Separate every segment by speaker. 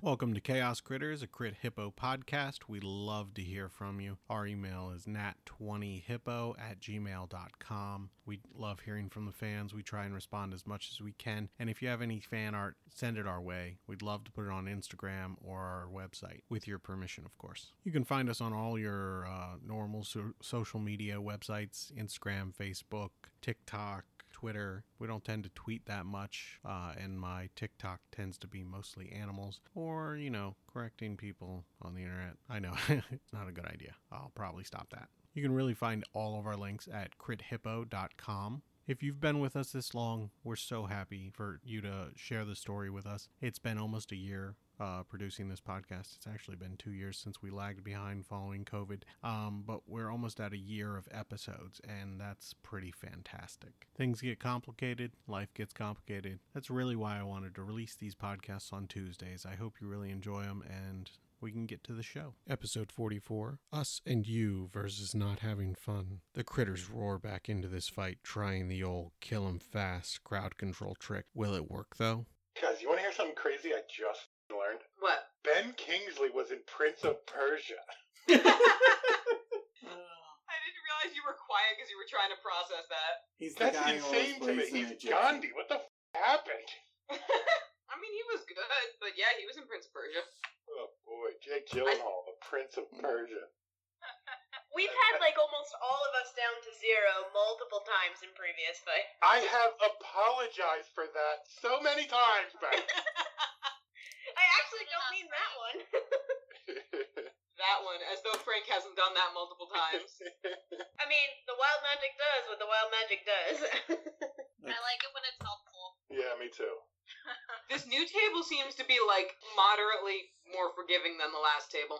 Speaker 1: Welcome to Chaos Critters, a Crit Hippo podcast. We love to hear from you. Our email is nat20hippo at gmail.com. We love hearing from the fans. We try and respond as much as we can. And if you have any fan art, send it our way. We'd love to put it on Instagram or our website, with your permission, of course. You can find us on all your uh, normal so- social media websites Instagram, Facebook, TikTok. Twitter. We don't tend to tweet that much, uh, and my TikTok tends to be mostly animals or, you know, correcting people on the internet. I know, it's not a good idea. I'll probably stop that. You can really find all of our links at crithippo.com. If you've been with us this long, we're so happy for you to share the story with us. It's been almost a year uh, producing this podcast. It's actually been two years since we lagged behind following COVID, um, but we're almost at a year of episodes, and that's pretty fantastic. Things get complicated, life gets complicated. That's really why I wanted to release these podcasts on Tuesdays. I hope you really enjoy them and. We can get to the show. Episode 44 Us and You versus Not Having Fun. The critters roar back into this fight, trying the old kill 'em fast crowd control trick. Will it work though?
Speaker 2: Guys, you want to hear something crazy I just learned?
Speaker 3: What?
Speaker 2: Ben Kingsley was in Prince of Persia.
Speaker 3: I didn't realize you were quiet because you were trying to process that.
Speaker 4: He's the
Speaker 2: That's
Speaker 4: guy who always
Speaker 2: insane to me.
Speaker 4: plays an
Speaker 2: He's
Speaker 4: Egyptian.
Speaker 2: Gandhi. What the f- happened?
Speaker 3: I mean, he was good, but yeah, he was in Prince of Persia.
Speaker 2: Oh boy, Jake Gyllenhaal, the Prince of
Speaker 4: Mm.
Speaker 2: Persia.
Speaker 5: We've had like almost all of us down to zero multiple times in previous fights.
Speaker 2: I have apologized for that so many times, Ben.
Speaker 5: I actually don't mean that one.
Speaker 3: That one, as though Frank hasn't done that multiple times.
Speaker 5: I mean, the wild magic does what the wild magic does.
Speaker 4: Like,
Speaker 5: it when it's helpful.
Speaker 2: yeah, me too.
Speaker 3: this new table seems to be like moderately more forgiving than the last table.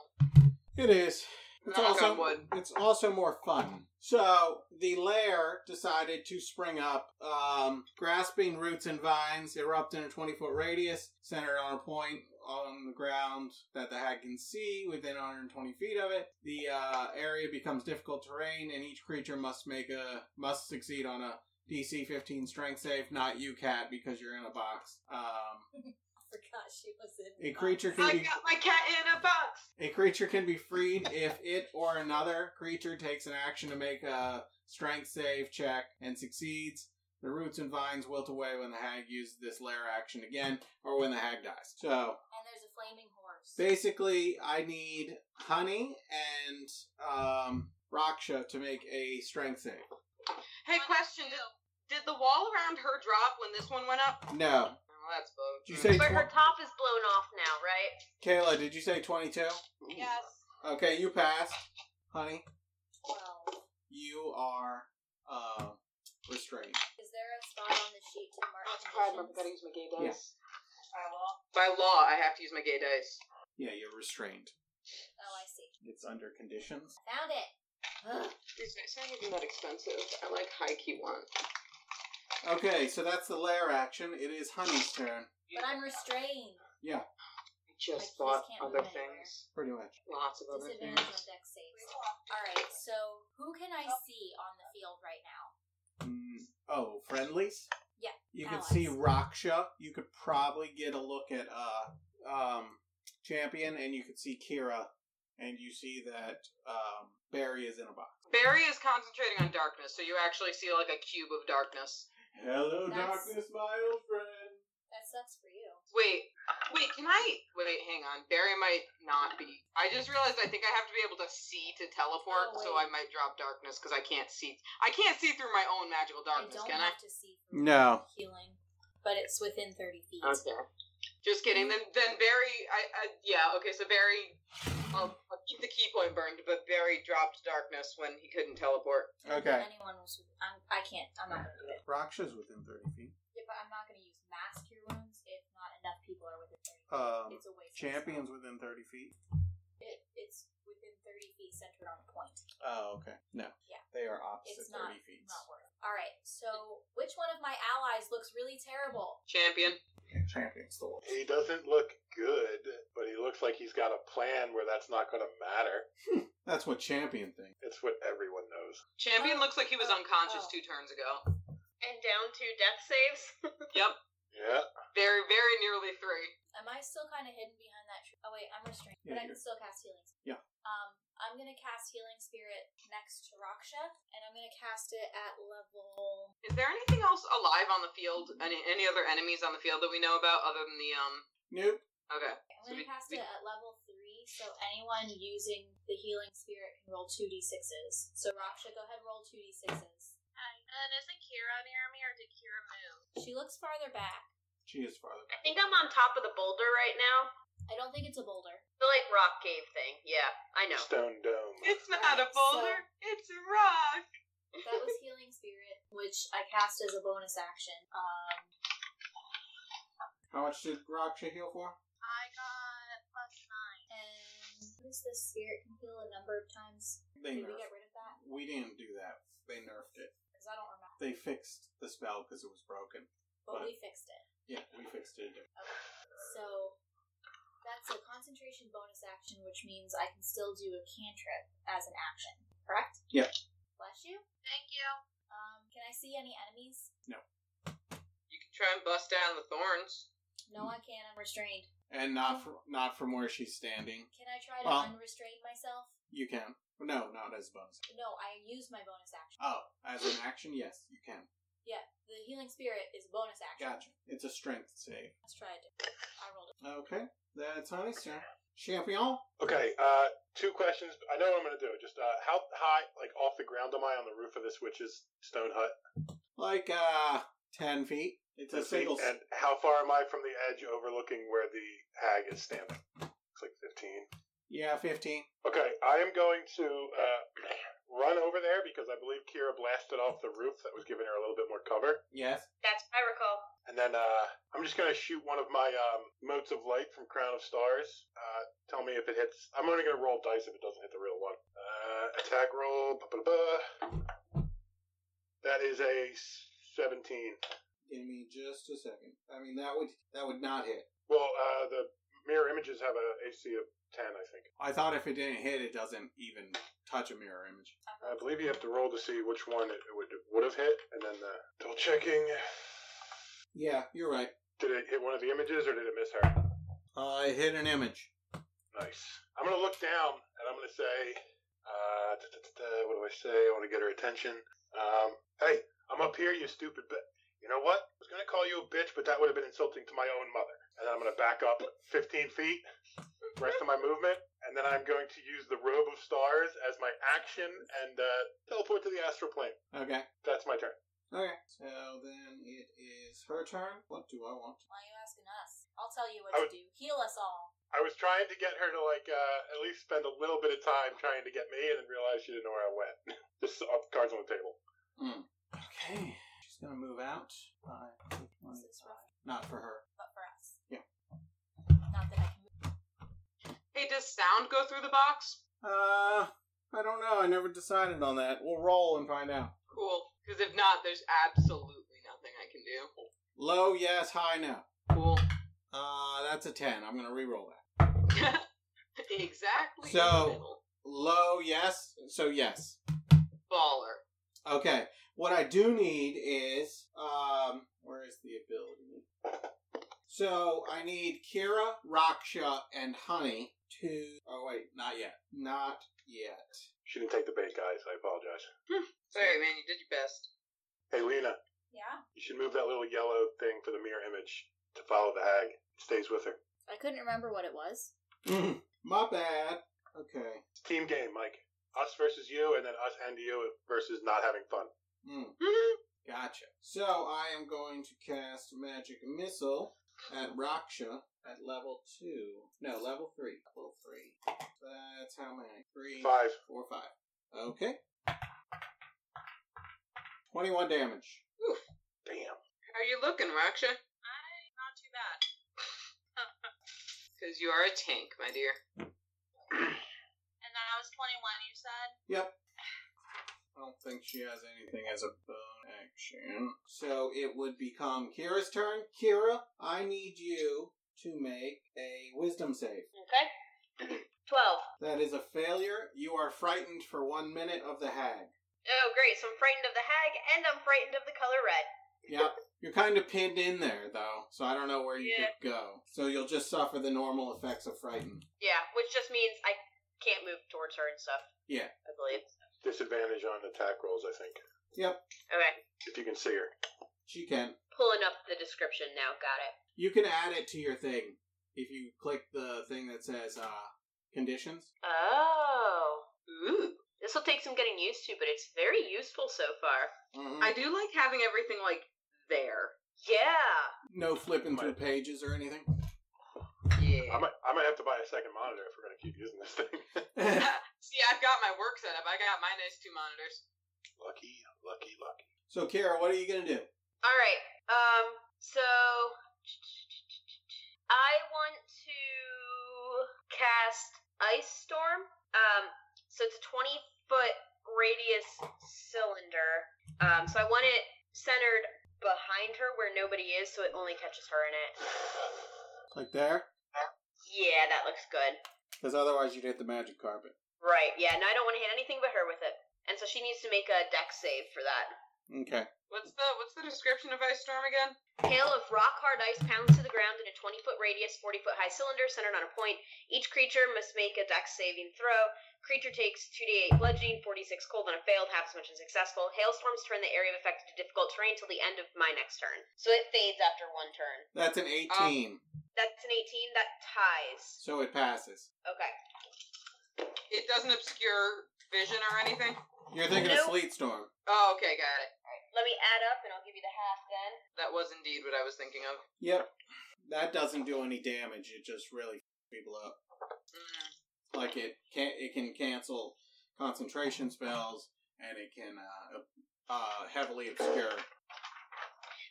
Speaker 4: It is. It's
Speaker 3: Knock
Speaker 4: also,
Speaker 3: on wood.
Speaker 4: it's also more fun. So the lair decided to spring up, um, grasping roots and vines, erupt in a 20 foot radius, centered on a point on the ground that the hag can see within 120 feet of it. The uh, area becomes difficult terrain, and each creature must make a must succeed on a DC 15 strength save. Not you, cat, because you're in a box. Um,
Speaker 6: forgot she was in.
Speaker 4: a creature can
Speaker 3: I
Speaker 4: be
Speaker 3: got my cat in a box.
Speaker 4: A creature can be freed if it or another creature takes an action to make a strength save check and succeeds. The roots and vines wilt away when the hag uses this lair action again, or when the hag dies. So
Speaker 6: And there's a flaming horse.
Speaker 4: basically, I need Honey and um, Raksha to make a strength save.
Speaker 3: Hey, question: did, did the wall around her drop when this one went up?
Speaker 4: No,
Speaker 3: Oh, that's both.
Speaker 4: did you say
Speaker 5: But her
Speaker 4: tw-
Speaker 5: top is blown off now, right?
Speaker 4: Kayla? Did you say twenty-two?
Speaker 3: Yes.
Speaker 4: Okay, you passed. Honey,
Speaker 6: Twelve.
Speaker 4: you are uh, restrained.
Speaker 6: Is there a spot on the sheet to mark? conditions?
Speaker 3: use my gay
Speaker 4: Yeah.
Speaker 3: By law, I have to use my gay dice.
Speaker 4: Yeah, you're restrained.
Speaker 6: Oh, I see.
Speaker 4: It's under conditions.
Speaker 6: Found it. Ugh.
Speaker 3: These dice aren't even that expensive. I like high key one.
Speaker 4: Okay, so that's the lair action. It is Honey's turn.
Speaker 6: But I'm restrained.
Speaker 3: I
Speaker 6: I
Speaker 3: just
Speaker 6: just
Speaker 3: thought
Speaker 6: can't
Speaker 3: other
Speaker 6: move anywhere.
Speaker 3: things.
Speaker 4: Pretty much.
Speaker 3: Lots of other
Speaker 6: Disadvantage
Speaker 3: things.
Speaker 6: on deck saves. All right. So who can I see on the field right now?
Speaker 4: Mm, oh, friendlies?
Speaker 6: Yeah,
Speaker 4: You can
Speaker 6: allies.
Speaker 4: see Raksha. You could probably get a look at uh um champion and you could see Kira and you see that um Barry is in a box.
Speaker 3: Barry is concentrating on darkness, so you actually see like a cube of darkness.
Speaker 4: Hello
Speaker 6: That's-
Speaker 4: darkness, my old friend.
Speaker 6: That sucks for you.
Speaker 3: Wait, wait, can I? Wait, hang on. Barry might not be. I just realized I think I have to be able to see to teleport,
Speaker 6: Oh,
Speaker 3: so
Speaker 6: wait.
Speaker 3: I might drop darkness because I can't see. I can't see through my own magical darkness,
Speaker 6: I don't
Speaker 3: can I?
Speaker 6: have to see for
Speaker 4: No.
Speaker 6: healing, but it's within thirty feet.
Speaker 3: Okay. Just kidding. Then, then Barry. I, I yeah. Okay, so Barry. I'll, I'll keep the key point burned, but Barry dropped darkness when he couldn't teleport.
Speaker 4: Okay.
Speaker 6: Anyone was. I'm, I can't. I'm not gonna do it.
Speaker 4: Raksha's within thirty feet.
Speaker 6: Yeah, but I'm not gonna use mass cure wounds if not enough people are within thirty.
Speaker 4: Um
Speaker 6: it's a waste. of
Speaker 4: champion's within thirty feet.
Speaker 6: spell. it, it's within 30 feet centered on a point.
Speaker 4: Oh, okay. No.
Speaker 6: Yeah.
Speaker 4: They are opposite
Speaker 6: It's not-
Speaker 4: 30 feet.
Speaker 6: Not worth it. All right, so which one of my allies looks really terrible?
Speaker 3: Champion.
Speaker 4: Champion's the one.
Speaker 2: He doesn't look good, but he looks like he's got a plan where that's not going to matter.
Speaker 4: That's what champion thing.
Speaker 2: It's what everyone knows.
Speaker 3: Champion looks like he was unconscious
Speaker 6: Oh.
Speaker 3: two turns ago.
Speaker 5: And down to death saves.
Speaker 3: Yep.
Speaker 2: Yeah.
Speaker 3: Very, very nearly three.
Speaker 6: Am I still kind of hidden behind that tree? Oh wait, I'm restrained,
Speaker 4: Yeah,
Speaker 6: but I
Speaker 4: you're-
Speaker 6: can still cast healing.
Speaker 4: Yeah.
Speaker 6: Um, I'm gonna cast healing spirit next to Raksha, and I'm gonna cast it at level.
Speaker 3: Is there anything else alive on the field? Any any other enemies on the field that we know about other than the um?
Speaker 4: Nope.
Speaker 3: Okay.
Speaker 6: I'm
Speaker 3: So
Speaker 6: gonna
Speaker 3: we-
Speaker 6: cast
Speaker 3: we-
Speaker 6: it at level three, so anyone using the healing spirit can roll two d sixes. So Raksha, go ahead, roll two d sixes.
Speaker 5: and isn't uh, Kira near me, or did Kira move?
Speaker 6: She looks farther back.
Speaker 4: She is farther back.
Speaker 5: I think I'm on top of the boulder right now.
Speaker 6: I don't think it's a boulder.
Speaker 5: The like rock cave thing. Yeah, I know.
Speaker 2: Stone Dome.
Speaker 3: It's not a
Speaker 6: Alright, so-
Speaker 3: boulder. It's a rock.
Speaker 6: That was healing spirit, which I cast as a bonus action. Um,
Speaker 4: How much did Raksha heal for?
Speaker 5: I got plus nine.
Speaker 6: and what is this spirit can heal a number of times?
Speaker 4: They
Speaker 6: Did we
Speaker 4: nerfed.
Speaker 6: get rid of that?
Speaker 4: We didn't do that. They nerfed it.
Speaker 6: Because I don't remember.
Speaker 4: They fixed the spell because it was broken.
Speaker 6: But
Speaker 4: But-
Speaker 6: we fixed it.
Speaker 4: Yeah, we fixed it.
Speaker 6: So that's a concentration bonus action, which means I can still do a cantrip as an action, correct?
Speaker 4: Yep.
Speaker 6: Bless you.
Speaker 5: Thank you.
Speaker 6: Um, can I see any enemies?
Speaker 3: You can try and bust down the thorns.
Speaker 6: No, I can't. I'm restrained.
Speaker 4: And not from, not from where she's standing.
Speaker 6: Can I try to
Speaker 4: Well-
Speaker 6: unrestrain myself?
Speaker 4: You can. No, not as a bonus.
Speaker 6: No, I used my bonus action.
Speaker 4: Oh, as an action, yes, you can.
Speaker 6: yeah, the healing spirit is a bonus action.
Speaker 4: Gotcha. It's a strength save.
Speaker 6: Let's try it. I rolled it.
Speaker 4: Okay, that's Honey's turn. Champion.
Speaker 2: Okay, uh, two questions. I know what I'm going to do. Just uh, how high, like off the ground, am I on the roof of this witch's stone hut?
Speaker 4: Like, uh, 10 feet. It's a single. s-
Speaker 2: And how far am I from the edge overlooking where the hag is standing? It's like 15.
Speaker 4: Yeah, 15.
Speaker 2: Okay, I am going to uh, run over there because I believe Kira blasted off the roof that was giving her a little bit more cover.
Speaker 4: Yes.
Speaker 5: That's what I recall.
Speaker 2: And then uh, I'm just going to shoot one of my um, motes of light from Crown of Stars. Uh, tell me if it hits. I'm only going to roll dice if it doesn't hit the real one. Uh, attack roll. ba ba ba That is a 17.
Speaker 4: Give me just a second. I mean, that would that would not hit.
Speaker 2: Well, uh, the mirror images have a AC of 10, I think.
Speaker 4: I thought if it didn't hit, it doesn't even touch a mirror image.
Speaker 2: I believe you have to roll to see which one it would would have hit, and then uh, double checking.
Speaker 4: Yeah, you're right.
Speaker 2: Did it hit one of the images, or did it miss her?
Speaker 4: Uh, it hit an image.
Speaker 2: Nice. I'm gonna look down, and I'm gonna say, uh, da, da, da, da, what do I say? I want to get her attention. Um, hey, I'm up here, you stupid. But you know what? I was gonna call you a bitch, but that would have been insulting to my own mother. And then I'm gonna back up 15 feet, rest of my movement, and then I'm going to use the robe of stars as my action and uh, teleport to the astral plane.
Speaker 4: Okay.
Speaker 2: That's my turn.
Speaker 4: Okay. So then it is her turn. What do I want?
Speaker 6: Why are you asking us? I'll tell you what
Speaker 2: I
Speaker 6: to do. Heal us all.
Speaker 2: I was trying to get her to like uh, at least spend a little bit of time trying to get me, and then realized she didn't know where I went. Just up cards on the table.
Speaker 4: Okay. She's gonna move out. Five, six, one,
Speaker 6: This is rough,
Speaker 4: Not for her.
Speaker 6: but for us.
Speaker 4: Yeah.
Speaker 6: Not that I can move.
Speaker 3: Hey, does sound go through the box?
Speaker 4: Uh, I don't know. I never decided on that. We'll roll and find out.
Speaker 3: Cool. Because if not, there's absolutely nothing I can do.
Speaker 4: Low, yes. High, no.
Speaker 3: Cool.
Speaker 4: Uh, that's a ten. I'm gonna re-roll that.
Speaker 3: exactly. in the
Speaker 4: So-
Speaker 3: middle.
Speaker 4: Low, yes. So yes.
Speaker 3: baller.
Speaker 4: Okay. What I do need is um where is the ability? So I need Kira, Raksha, and Honey to Oh wait, not yet. Not yet.
Speaker 2: She didn't take the bait, guys. I apologize.
Speaker 3: Sorry, man. You did your best.
Speaker 2: Hey, Lena,
Speaker 6: Yeah.
Speaker 2: you should move that little yellow thing for the mirror image to follow the hag. It stays with her.
Speaker 6: I couldn't remember what it was.
Speaker 4: Mm-hmm. My bad. Okay.
Speaker 2: It's a team game, Mike. Us versus you, and then us and you versus not having fun.
Speaker 4: Hmm.
Speaker 3: Mhm.
Speaker 4: Gotcha. So I am going to cast Magic Missile at Raksha at level two. No, level three. Level three. That's how many? Three,
Speaker 2: Five.
Speaker 4: four, five. Okay. Twenty-one damage.
Speaker 2: Damn.
Speaker 3: How are you looking, Raksha?
Speaker 5: I'm not too bad.
Speaker 3: Because you are a tank, my dear.
Speaker 7: And then I was 21, you said?
Speaker 4: I don't think she has anything as a bone action. So it would become Kira's turn. Kira, I need you to make a wisdom save.
Speaker 7: Okay. 12.
Speaker 4: That is a failure. You are frightened for one minute of the hag.
Speaker 7: Oh, great. So I'm frightened of the hag, and I'm frightened of the color red.
Speaker 4: Yep. You're kind of pinned in there, though, so I don't know where you
Speaker 7: Yeah.
Speaker 4: could go. So you'll just suffer the normal effects of frightened.
Speaker 7: Yeah, which just means I can't move towards her and stuff.
Speaker 4: Yeah.
Speaker 7: I believe.
Speaker 2: Disadvantage on attack rolls, I think.
Speaker 4: Yep,
Speaker 7: Okay.
Speaker 2: If you can see her.
Speaker 4: she can.
Speaker 7: Pulling up the description now. Got it.
Speaker 4: You can add it to your thing if you click the thing that says uh, conditions.
Speaker 7: Oh. Ooh. This will take some getting used to, but it's very useful so far.
Speaker 4: Mhm.
Speaker 3: I do like having everything like there.
Speaker 7: Yeah.
Speaker 4: No flipping through pages or anything.
Speaker 2: I
Speaker 3: Yeah.
Speaker 2: might, I might have to buy a second monitor if we're going to keep using this thing.
Speaker 3: See, I've got my work set up. I got my nice two monitors.
Speaker 2: lucky, lucky, lucky.
Speaker 4: so, Kara, what are you going to do?
Speaker 7: All right. Um. So I want to cast ice storm. Um. So it's a twenty foot radius cylinder. Um. So I want it centered behind her where nobody is, so it only catches her in it.
Speaker 4: Like there?
Speaker 7: Yeah, that looks good.
Speaker 4: Because otherwise you'd hit the magic carpet.
Speaker 7: Right. Yeah. And I don't want to hit anything but her with it. And so she needs to make a deck save for that.
Speaker 4: Okay.
Speaker 3: What's the what's the description of Ice Storm again?
Speaker 7: Hail of rock hard ice pounds to the ground in a 20 foot radius, 40 foot high cylinder centered on a point. Each creature must make a dex saving throw. Creature takes 2d8 bludgeoning, 46 cold on a failed, half as much as successful. Hailstorms turn the area of effect to difficult terrain till the end of my next turn. So it fades after one turn.
Speaker 4: That's an 18,
Speaker 7: That's an 18. That ties.
Speaker 4: so it passes.
Speaker 7: Okay.
Speaker 3: It doesn't obscure vision or anything.
Speaker 4: You're thinking of
Speaker 7: Nope.
Speaker 4: Sleet Storm.
Speaker 3: Oh, okay, got it.
Speaker 7: Let me add up and I'll give you the half then.
Speaker 3: That was indeed what I was thinking of.
Speaker 4: Yep. That doesn't do any damage. It just really f- people up.
Speaker 3: Mm.
Speaker 4: Like it can it can cancel concentration spells and it can uh, uh, heavily obscure.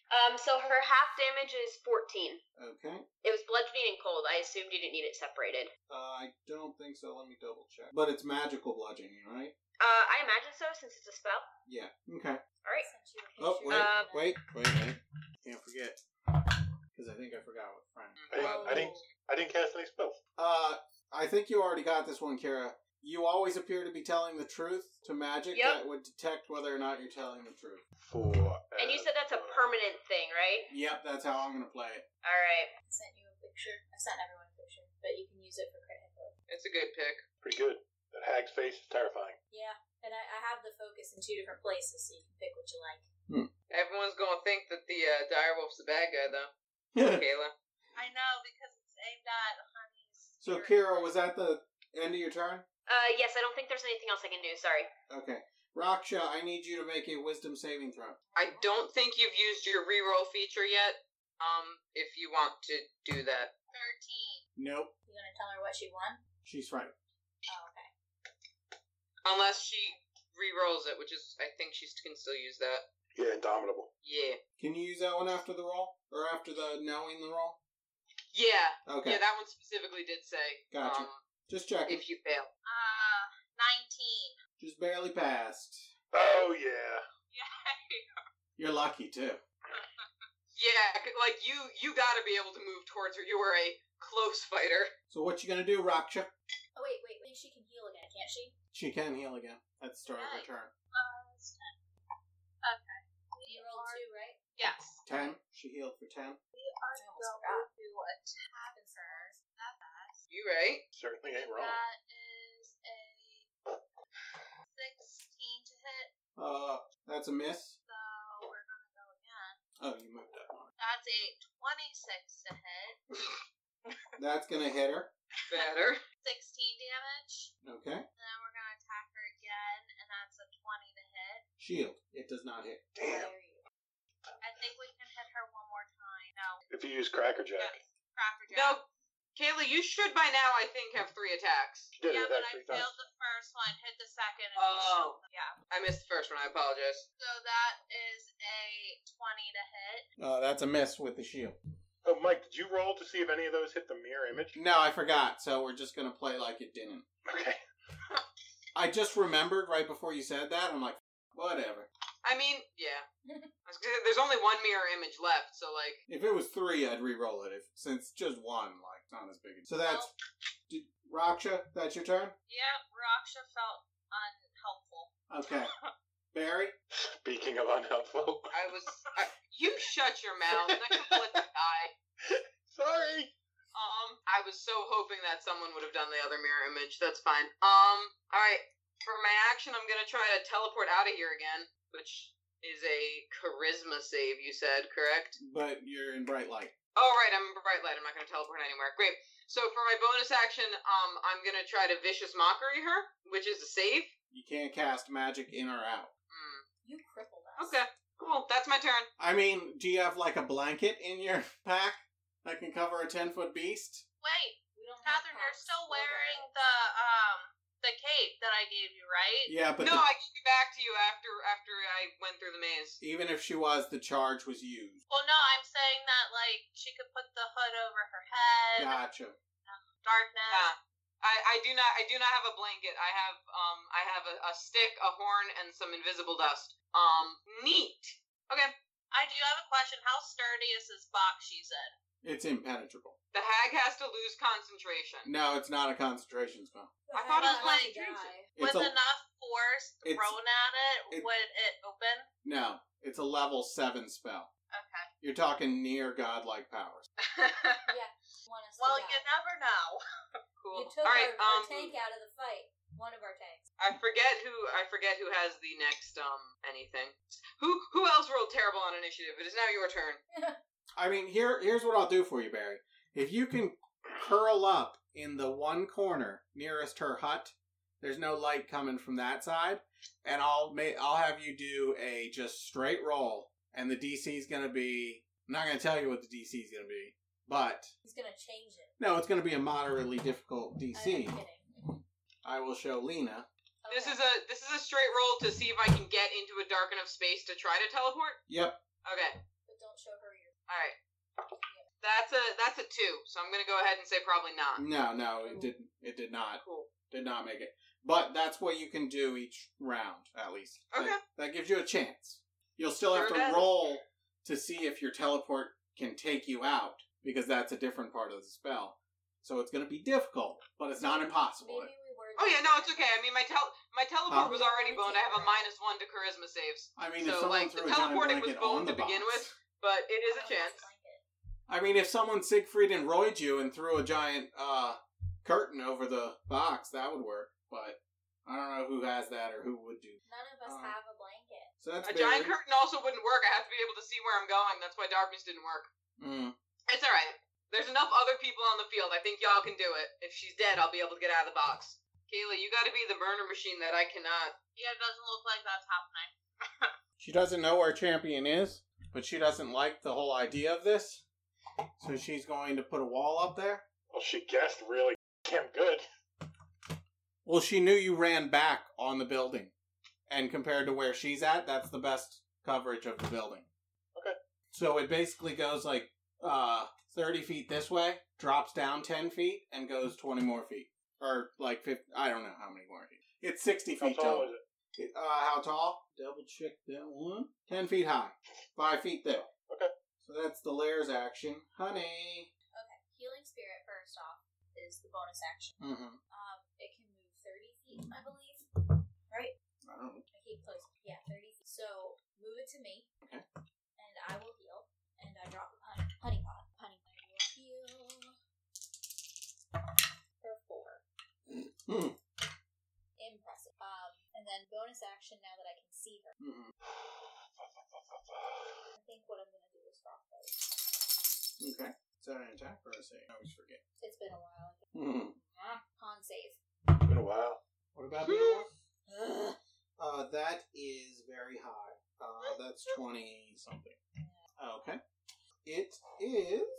Speaker 7: Um, so her half damage is 14.
Speaker 4: Okay.
Speaker 7: It was bludgeoning and cold. I assumed you didn't need it separated.
Speaker 4: Uh, I don't think so. Let me double check. But it's magical bludgeoning, right?
Speaker 7: Uh, I imagine so since it's a spell.
Speaker 4: Yeah. Okay.
Speaker 7: All right.
Speaker 6: Sent you a picture.
Speaker 4: Oh wait,
Speaker 7: Uh,
Speaker 4: wait, wait, wait. Can't forget because I think I forgot what friend.
Speaker 2: I didn't, I didn't, I didn't cast any spells.
Speaker 4: Uh, I think you already got this one, Kara. You always appear to be telling the truth to magic
Speaker 7: Yep.
Speaker 4: that would detect whether or not you're telling the truth.
Speaker 2: For
Speaker 7: And you said that's
Speaker 2: Uh,
Speaker 7: a permanent thing, right?
Speaker 4: Yep, that's how I'm gonna play it.
Speaker 7: All right.
Speaker 6: I sent you a picture. I sent everyone a picture, but you can use it for credit.
Speaker 3: It's a good pick.
Speaker 2: pretty good. That hag's face is terrifying.
Speaker 6: Yeah, and I, I have the focus in two different places, so you can pick what you like.
Speaker 3: Everyone's gonna think that the uh, direwolf's the bad guy, though. Kayla.
Speaker 7: I know because it's aimed at Honey's.
Speaker 4: so, Kira, was that the end of your turn?
Speaker 7: Uh, yes. I don't think there's anything else I can do. Sorry.
Speaker 4: Okay, Raksha, I need you to make a wisdom saving throw.
Speaker 3: I don't think you've used your reroll feature yet. Um, if you want to do that,
Speaker 7: Thirteen.
Speaker 4: Nope,
Speaker 6: You gonna tell her what she won?
Speaker 4: she's right.
Speaker 6: Oh, okay.
Speaker 3: unless she rerolls it, which is I think she can still use that.
Speaker 2: Yeah, indomitable.
Speaker 3: Yeah,
Speaker 4: Can you use that one after the roll or after the knowing the roll?
Speaker 3: yeah,
Speaker 4: Okay,
Speaker 3: yeah. That one specifically did say.
Speaker 4: Gotcha.
Speaker 3: Um,
Speaker 4: just checking.
Speaker 3: if you fail,
Speaker 7: Uh, nineteen.
Speaker 4: Just barely passed.
Speaker 2: Oh, yeah.
Speaker 7: Yay.
Speaker 4: You're lucky too.
Speaker 3: yeah, c- like you, you got to be able to move towards her. You were a close fighter.
Speaker 4: So, what you gonna do, Raksha?
Speaker 6: Oh wait, wait. I think she can heal again, can't she?
Speaker 4: She can heal again at the start of her
Speaker 7: Right.
Speaker 4: turn.
Speaker 6: You rolled two, right?
Speaker 7: Yes.
Speaker 4: Ten. She healed for ten.
Speaker 6: I almost forgot. Happens for her.
Speaker 3: You right?
Speaker 2: Certainly ain't wrong.
Speaker 7: is a sixteen to hit.
Speaker 4: Uh, that's a miss.
Speaker 7: So we're gonna go again.
Speaker 4: Oh, you moved up.
Speaker 7: That's a twenty-six to hit.
Speaker 4: That's gonna hit her.
Speaker 3: Better.
Speaker 7: Sixteen damage.
Speaker 4: Okay.
Speaker 7: Then we're gonna attack her again, and that's a twenty to hit.
Speaker 4: Shield. It does not hit.
Speaker 2: Damn.
Speaker 6: There you go.
Speaker 7: I think we can hit her one more time. No.
Speaker 2: If you use Cracker Jack.
Speaker 7: Cracker Jack.
Speaker 3: No, Kayla, you should by now I think have three attacks.
Speaker 2: She did
Speaker 7: Yeah,
Speaker 2: it
Speaker 7: but
Speaker 2: that
Speaker 7: I
Speaker 2: three times.
Speaker 7: failed the first one, hit the second, and
Speaker 3: Oh.
Speaker 7: yeah.
Speaker 3: I missed the first one. I apologize.
Speaker 7: So that is a twenty to hit.
Speaker 4: Uh, that's a miss with the shield.
Speaker 2: Oh, Mike, did you roll to see if any of those hit the mirror image?
Speaker 4: No, I forgot. So we're just gonna play like it didn't.
Speaker 2: Okay.
Speaker 4: I just remembered right before you said that. I'm like, whatever.
Speaker 3: I mean, yeah. I was gonna say, there's only one mirror image left, so like,
Speaker 4: If it was three, I'd re-roll it. If since just one, like not as big. a- So that's did, Raksha. That's your turn.
Speaker 7: Yep, Raksha felt unhelpful.
Speaker 4: Okay, Barry.
Speaker 2: Speaking of unhelpful.
Speaker 3: I was. I, you shut your mouth. and I can let that die.
Speaker 2: Sorry.
Speaker 3: Um, I was so hoping that someone would have done the other mirror image. That's fine. Um, all right. For my action, I'm gonna try to teleport out of here again, which is a charisma save. You said correct.
Speaker 4: But you're in bright light.
Speaker 3: Oh right, I'm a bright light. I'm not gonna teleport anywhere. Great. So for my bonus action, um, I'm gonna try to vicious mockery her, which is a save.
Speaker 4: You can't cast magic in or out.
Speaker 3: Hmm.
Speaker 6: You crippled us.
Speaker 3: Okay. Cool. That's my turn.
Speaker 4: I mean, do you have like a blanket in your pack that can cover a ten foot beast?
Speaker 7: Wait,
Speaker 6: We don't have
Speaker 7: Catherine, you're
Speaker 6: props.
Speaker 7: still
Speaker 6: We're
Speaker 7: wearing
Speaker 6: wearing-
Speaker 7: the um the cape that I gave you, right?
Speaker 4: Yeah, but
Speaker 3: no,
Speaker 4: the-
Speaker 3: I can get back to you after after I went through the maze.
Speaker 4: even if she was, the charge was used.
Speaker 7: Well, no, I'm saying that like she could put the hood over her head,
Speaker 4: Gotcha.
Speaker 7: darkness.
Speaker 3: Yeah. Uh, I, I do not I do not have a blanket. I have um I have a, a stick, a horn, and some invisible dust. Um neat.
Speaker 7: I do have a question. How sturdy is this box she's in?
Speaker 4: It's impenetrable.
Speaker 3: The hag has to lose concentration.
Speaker 4: No, it's not a concentration spell.
Speaker 3: I
Speaker 6: We're
Speaker 3: thought it
Speaker 6: having
Speaker 7: was
Speaker 6: a
Speaker 3: like-
Speaker 6: guy.
Speaker 4: It's
Speaker 7: With
Speaker 4: a
Speaker 7: enough force
Speaker 4: It's-
Speaker 7: thrown at it,
Speaker 4: it-
Speaker 7: would it open?
Speaker 4: no. It's a level seven spell.
Speaker 7: Okay.
Speaker 4: You're talking near godlike powers.
Speaker 6: Yeah. Want us to
Speaker 7: Well,
Speaker 6: die.
Speaker 7: you never know.
Speaker 3: Cool.
Speaker 6: You took
Speaker 3: All right.
Speaker 6: our, our
Speaker 3: um
Speaker 6: tank out of the fight. One of our tanks.
Speaker 3: I forget who I forget who has the next um anything. Who who else rolled terrible on initiative? It is now your turn.
Speaker 4: I mean, here here's what I'll do for you, Barry. If you can curl up in the one corner nearest her hut, there's no light coming from that side, and I'll ma- I'll have you do a just straight roll, and the DC is gonna be. I'm not gonna tell you what the DC is gonna be, but
Speaker 6: He's gonna change it.
Speaker 4: no, it's gonna be a moderately difficult DC.
Speaker 6: I'm kidding.
Speaker 4: I will show Lena.
Speaker 3: This is a this is a straight roll to see if I can get into a dark enough space to try to teleport.
Speaker 4: Yep,
Speaker 3: Okay.
Speaker 6: But don't show her your.
Speaker 3: All right. That's a that's a two. So I'm gonna go ahead and say probably not.
Speaker 4: No, no, it didn't. It did not.
Speaker 3: Cool.
Speaker 4: Did not make it. But that's what you can do each round, at least. That-
Speaker 3: Okay.
Speaker 4: That, gives you a chance. You'll still have
Speaker 3: Sure
Speaker 4: to
Speaker 3: does.
Speaker 4: roll to see if your teleport can take you out, because that's a different part of the spell. So it's going to be difficult, but it's not impossible.
Speaker 6: Maybe we were.
Speaker 3: Oh yeah, no, it's okay. I mean, my tel- my teleport
Speaker 4: Huh?
Speaker 3: was already boned. I have a minus one to charisma saves,
Speaker 4: I mean, if
Speaker 3: so
Speaker 4: someone
Speaker 3: like the
Speaker 4: threw a giant
Speaker 3: teleporting was
Speaker 4: blanket on
Speaker 3: boned
Speaker 4: the
Speaker 3: to begin
Speaker 4: box-
Speaker 3: with, but it is a chance.
Speaker 4: I mean, if someone Siegfried and Royed you and threw a giant uh, curtain over the box, that would work. But I don't know who has that or who would do.
Speaker 6: None of us
Speaker 4: Um,
Speaker 6: have a blanket.
Speaker 4: So that's
Speaker 3: A giant
Speaker 4: Barry.
Speaker 3: curtain also wouldn't work. I have to be able to see where I'm going. That's why darkness didn't work.
Speaker 4: Mm.
Speaker 3: It's all right. There's enough other people on the field. I think y'all can do it. If she's dead, I'll be able to get out of the box. Kayla, you got to be the burner machine that I cannot.
Speaker 7: Yeah, it doesn't look like that's happening.
Speaker 4: She doesn't know where Champion is, but she doesn't like the whole idea of this. So she's going to put a wall up there.
Speaker 2: Well, she guessed really damn good.
Speaker 4: Well, she knew you ran back on the building. And compared to where she's at, that's the best coverage of the building.
Speaker 2: Okay.
Speaker 4: So it basically goes like uh, 30 feet this way, drops down 10 feet, and goes 20 more feet. Or like 50, I don't know how many more feet. It's 60
Speaker 2: How
Speaker 4: feet
Speaker 2: tall
Speaker 4: total.
Speaker 2: is it?
Speaker 4: Uh, how tall? Double check that one. Ten feet high, five feet thick.
Speaker 2: Okay.
Speaker 4: So that's the layers action, honey.
Speaker 6: Okay. Healing spirit first off is the bonus action.
Speaker 4: hmm
Speaker 6: Um, it can move thirty feet, I believe.
Speaker 4: I don't know.
Speaker 6: I keep close. Yeah, thirty feet. So move it to me.
Speaker 4: Okay.
Speaker 6: And I will heal. And I drop a honey, honey pot. Honey pot. I will heal for four.
Speaker 4: Hmm.
Speaker 6: Impressive. Um, and then bonus action now that I can see her.
Speaker 4: Mm-mm.
Speaker 6: I think what I'm gonna do is drop those.
Speaker 4: Okay. Is that an attack or a save? I always forget.
Speaker 6: It's been a while.
Speaker 4: Mm-hmm.
Speaker 6: Con save.
Speaker 2: It's been a while.
Speaker 4: What about the other one? Uh, that is very high. Uh, that's twenty something. Okay. It is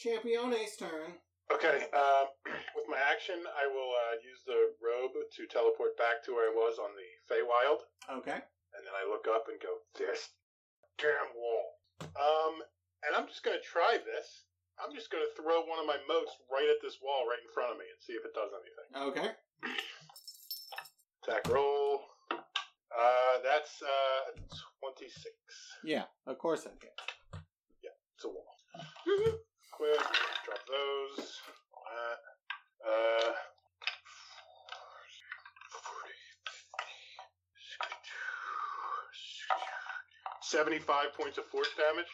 Speaker 4: Champione's turn.
Speaker 2: Okay, um, with my action, I will uh, use the robe to teleport back to where I was on the Feywild,
Speaker 4: Okay.
Speaker 2: and then I look up and go, "This damn wall." Um, and I'm just gonna try this. I'm just going to throw one of my moats right at this wall right in front of me and see if it does anything.
Speaker 4: Okay.
Speaker 2: Attack roll. Uh, that's uh, 26.
Speaker 4: Yeah, of course I can.
Speaker 2: It's a wall. Quick, drop those. All that. Uh, 75 points of force damage.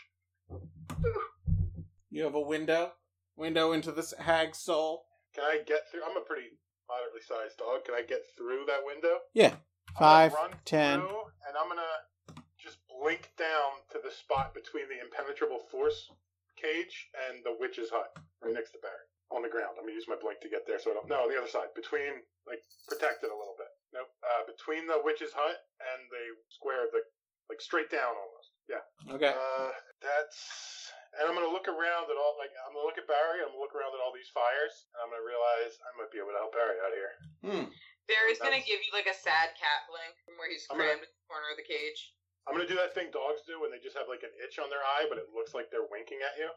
Speaker 4: You have a window? Window into this hag's soul?
Speaker 2: Can I get through? I'm a pretty moderately sized dog. Can I get through that window?
Speaker 4: Yeah.
Speaker 2: I'm
Speaker 4: Five,
Speaker 2: gonna run
Speaker 4: ten.
Speaker 2: through, and I'm gonna just blink down to the spot between the impenetrable force cage and the witch's hut, right next to Barry, on the ground. I'm gonna use my blink to get there, so I don't. No, the other side, between like protect it a little bit. Nope. Uh, between the witch's hut and the square, of the like straight down almost. Yeah.
Speaker 4: Okay.
Speaker 2: Uh, that's. And I'm gonna look around at all. Like I'm gonna look at Barry. I'm gonna look around at all these fires, and I'm gonna realize I might be able to help Barry out here.
Speaker 4: Hmm.
Speaker 3: Barry's gonna
Speaker 2: That's-
Speaker 3: give you like a sad cat blink from where he's
Speaker 2: I'm gonna-
Speaker 3: crammed in the corner of the cage.
Speaker 2: I'm gonna do that thing dogs do when they just have like an itch on their eye, but it looks like they're winking at you.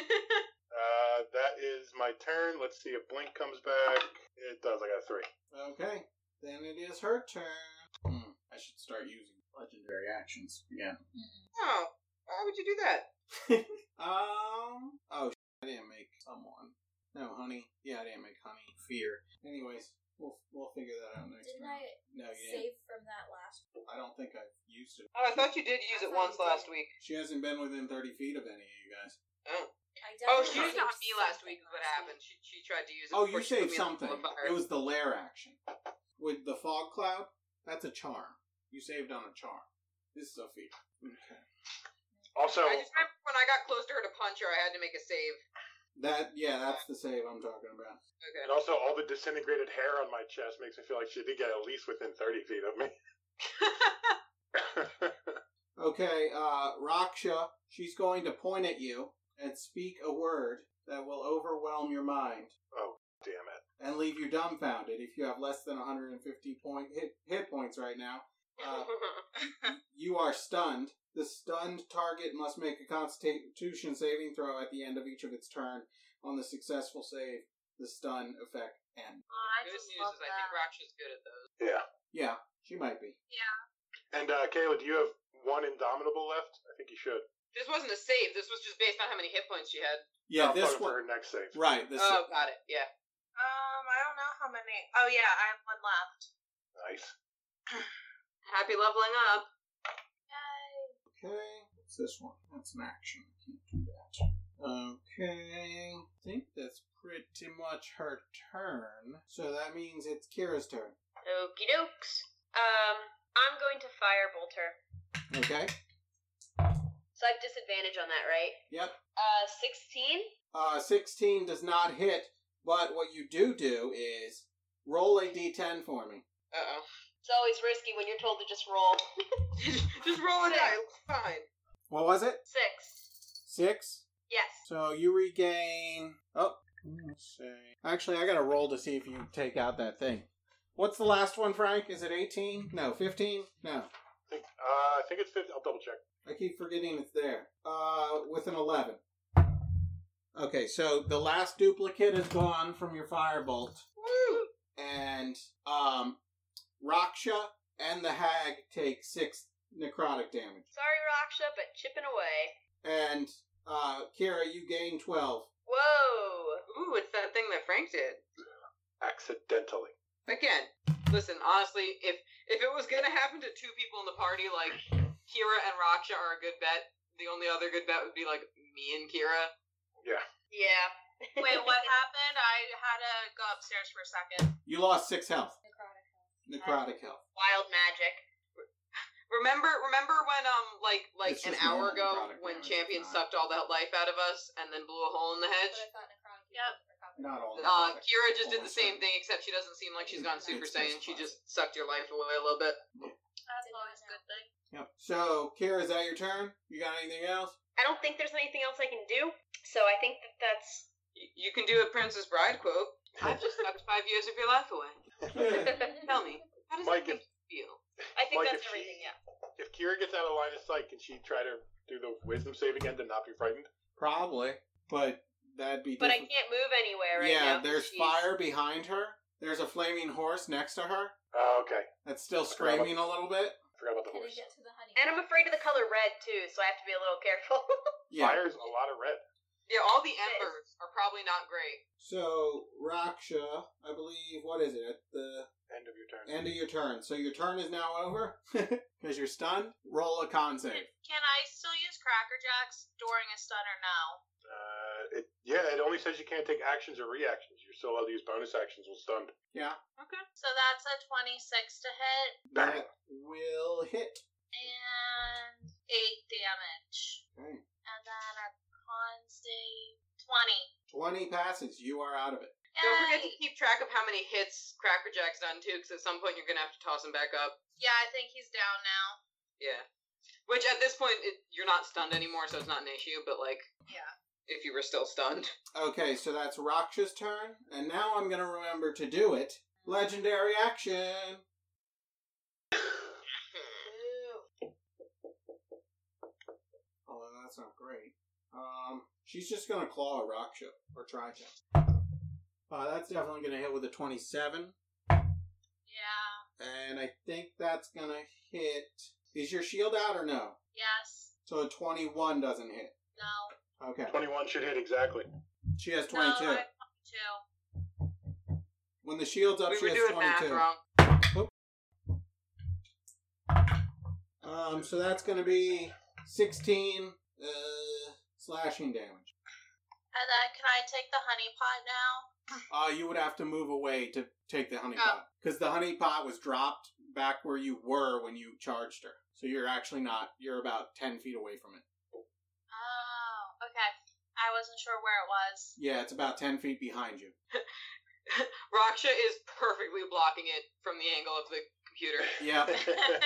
Speaker 2: Uh, that is my turn. Let's see if Blink comes back. It does. I got a three.
Speaker 4: Okay. Then it is her turn. Hmm. I should start using legendary actions again.
Speaker 3: oh, why would you do that?
Speaker 4: Um. Oh, sh- I didn't make someone. No, honey. Yeah, I didn't make honey. Fear. Anyways, we'll we'll figure that out next
Speaker 6: Didn't
Speaker 4: round.
Speaker 6: I
Speaker 4: No, you didn't.
Speaker 6: save from that last?
Speaker 4: I don't think I've used it.
Speaker 3: Oh, I thought you did use it once last week.
Speaker 4: She hasn't been within thirty feet of any of you guys.
Speaker 3: Oh,
Speaker 6: I
Speaker 3: oh,
Speaker 6: definitely
Speaker 3: she used it on
Speaker 6: saved
Speaker 3: me last
Speaker 6: something
Speaker 3: week. Is what
Speaker 6: last
Speaker 3: happened. She she tried to use it.
Speaker 4: Oh,
Speaker 3: before
Speaker 4: you
Speaker 3: she put
Speaker 4: saved
Speaker 3: me on the
Speaker 4: something.
Speaker 3: fire.
Speaker 4: It was the lair action with the fog cloud. That's a charm. You saved on a charm. This is a feat. Okay.
Speaker 2: Also,
Speaker 3: I just remember when I got close to her to punch her, I had to make a save.
Speaker 4: That yeah, that's the save I'm talking about.
Speaker 3: Okay.
Speaker 2: and also, all the disintegrated hair on my chest makes me feel like she did get at least within thirty feet of me.
Speaker 4: Okay, uh, Raksha, she's going to point at you and speak a word that will overwhelm your mind
Speaker 2: Damn it!
Speaker 4: and leave you dumbfounded if you have less than 150 point hit, hit points right now. Uh, you are stunned. The stunned target must make a constitution saving throw at the end of each of its turn. On the successful save, the stun effect ends.
Speaker 7: Oh, I
Speaker 3: Good
Speaker 7: just
Speaker 3: news
Speaker 7: love
Speaker 3: is I think
Speaker 7: that.
Speaker 3: Raksha's good at those.
Speaker 2: Yeah.
Speaker 4: Yeah, she might be.
Speaker 2: And uh, Kayla, do you have one indomitable left? I think you should.
Speaker 3: This wasn't a save. This was just based on how many hit points she had.
Speaker 2: I'm
Speaker 4: Yeah, this
Speaker 2: talking Oh, for her
Speaker 4: one.
Speaker 2: next save.
Speaker 4: Right, this
Speaker 3: Oh, got it. Yeah.
Speaker 7: Um, I don't know how many. Oh yeah, I have one left.
Speaker 2: Nice.
Speaker 3: Happy leveling up.
Speaker 7: Yay!
Speaker 4: Okay, what's this one? That's an action. Can't do that. Okay, I think that's pretty much her turn. So that means it's Kira's turn.
Speaker 5: Okie dokes. Um, I'm going to firebolt her.
Speaker 4: Okay.
Speaker 5: So I have disadvantage on that, right?
Speaker 4: Yep.
Speaker 5: Uh, 16?
Speaker 4: Uh, sixteen does not hit, but what you do do is roll a d10 for me.
Speaker 3: Uh oh.
Speaker 5: It's always risky when you're told to just roll.
Speaker 3: just roll a
Speaker 5: Six.
Speaker 3: die. It's Fine.
Speaker 4: What was it?
Speaker 5: Six.
Speaker 4: Six.
Speaker 5: Yes.
Speaker 4: So you regain. Oh, let's see. Actually, I gotta roll to see if you take out that thing. What's the last one, Frank? Is it eighteen? No, fifteen? No.
Speaker 2: I think, uh, I think it's fifty. I'll double check.
Speaker 4: I keep forgetting it's there. Uh, with an 11. Okay, so the last duplicate is gone from your firebolt.
Speaker 3: Woo!
Speaker 4: And, um, Raksha and the hag take six necrotic damage.
Speaker 5: Sorry, Raksha, but chipping away.
Speaker 4: And, uh, Kira, you gain 12.
Speaker 5: Whoa!
Speaker 3: Ooh, it's that thing that Frank did.
Speaker 2: Accidentally.
Speaker 3: Again, listen, honestly, if if it was gonna happen to two people in the party, like Kira and Raksha are a good bet. The only other good bet would be like me and Kira.
Speaker 2: Yeah.
Speaker 5: Yeah.
Speaker 7: Wait, what happened? I had to go upstairs for a second.
Speaker 4: You lost six health.
Speaker 6: Necrotic.
Speaker 4: Necrotic health.
Speaker 5: Wild magic.
Speaker 3: Remember, remember when um like like
Speaker 4: It's
Speaker 3: an
Speaker 4: just
Speaker 3: hour
Speaker 4: normal
Speaker 3: ago
Speaker 4: necrotic
Speaker 3: when
Speaker 4: damage,
Speaker 3: Champion
Speaker 4: it's not-
Speaker 3: sucked all that life out of us and then blew a hole in the
Speaker 6: But
Speaker 3: hedge?
Speaker 6: I thought necrotic. you
Speaker 7: Yep.
Speaker 6: couldn't recover.
Speaker 4: Not all.
Speaker 3: Uh,
Speaker 4: necrotic.
Speaker 3: Kira just did
Speaker 4: All
Speaker 3: the same
Speaker 4: necrotic.
Speaker 3: thing, except she doesn't seem like she's gone Super
Speaker 4: It's just
Speaker 3: Saiyan. She
Speaker 4: fine.
Speaker 3: just sucked your life away a little bit.
Speaker 7: That's
Speaker 6: Did not
Speaker 7: always a
Speaker 6: know.
Speaker 7: good thing.
Speaker 4: Yep. So, Kira, is that your turn? You got anything else?
Speaker 5: I don't think there's anything else I can do, so I think that that's.
Speaker 3: Y- You can do a Princess Bride quote. I've just sucked five years of your life away. Tell me, how does
Speaker 2: Mike,
Speaker 3: that make you feel?
Speaker 5: I think
Speaker 2: Like if
Speaker 5: that's
Speaker 2: she-
Speaker 5: everything, yeah.
Speaker 2: If Kira gets out of line of sight, can she try to do the wisdom save again to not be frightened?
Speaker 4: Probably. But That'd be.
Speaker 5: But I
Speaker 4: different.
Speaker 5: can't move anywhere right
Speaker 4: yeah,
Speaker 5: now.
Speaker 4: there's
Speaker 5: Jeez.
Speaker 4: fire behind her. There's a flaming horse next to her
Speaker 2: Oh, okay.
Speaker 4: that's still
Speaker 2: Look around.
Speaker 4: screaming a little bit.
Speaker 2: Forgot about the
Speaker 6: Can we
Speaker 2: horse.
Speaker 6: get to the honey?
Speaker 5: And I'm afraid of the color red too, so I have to be a little careful.
Speaker 4: Yeah.
Speaker 2: Fire's a lot of red.
Speaker 3: Yeah, all the embers are probably not great.
Speaker 4: So Raksha, I believe, what is it at the
Speaker 2: End of your turn.
Speaker 4: end of your turn? So your turn is now over because you're stunned. Roll a con save.
Speaker 7: Can, can I still use Cracker Jacks during a stun or no?
Speaker 2: Uh, it, yeah, it only says you can't take actions or reactions. You're still allowed to use bonus actions while stunned.
Speaker 3: Okay.
Speaker 7: So that's a 26 to hit
Speaker 4: That will hit.
Speaker 7: and 8 damage.
Speaker 4: Okay.
Speaker 7: And then a con save 20.
Speaker 4: Twenty passes. You are out of it.
Speaker 3: Don't forget to
Speaker 7: Yay!
Speaker 3: keep track of how many hits Cracker Jack's done too, because at some point you're gonna have to toss him back up.
Speaker 7: Yeah, I think he's down now.
Speaker 3: Yeah. Which at this point it, you're not stunned anymore, so it's not an issue. But like,
Speaker 7: Yeah.
Speaker 3: if you were still stunned,
Speaker 4: Okay, so that's Raksha's turn, and now I'm gonna remember to do it. Legendary action. Although that's not great. Um, she's just gonna claw a Raksha or try to. Uh, that's definitely gonna hit with a twenty-seven.
Speaker 7: Yeah.
Speaker 4: And I think that's gonna hit. Is your shield out or no?
Speaker 7: Yes.
Speaker 4: So a 21 doesn't hit.
Speaker 7: No.
Speaker 4: Okay.
Speaker 2: 21 should hit exactly.
Speaker 4: She has 22.
Speaker 7: No, I have 22.
Speaker 4: When the shield's up,
Speaker 3: we
Speaker 4: she
Speaker 3: were
Speaker 4: has
Speaker 3: doing math
Speaker 4: 22.
Speaker 3: wrong.
Speaker 4: Um, so that's gonna be 16 uh, slashing damage.
Speaker 7: And then can I take the honey pot now?
Speaker 4: Uh, you would have to move away to take the honey pot because the honey pot was dropped back where you were when you charged her. So you're actually not. You're about 10 feet away from it.
Speaker 7: Oh, okay. I wasn't sure where it was.
Speaker 4: Yeah, it's about 10 feet behind you.
Speaker 3: Raksha is perfectly blocking it from the angle of the computer.
Speaker 4: Yeah,
Speaker 7: okay.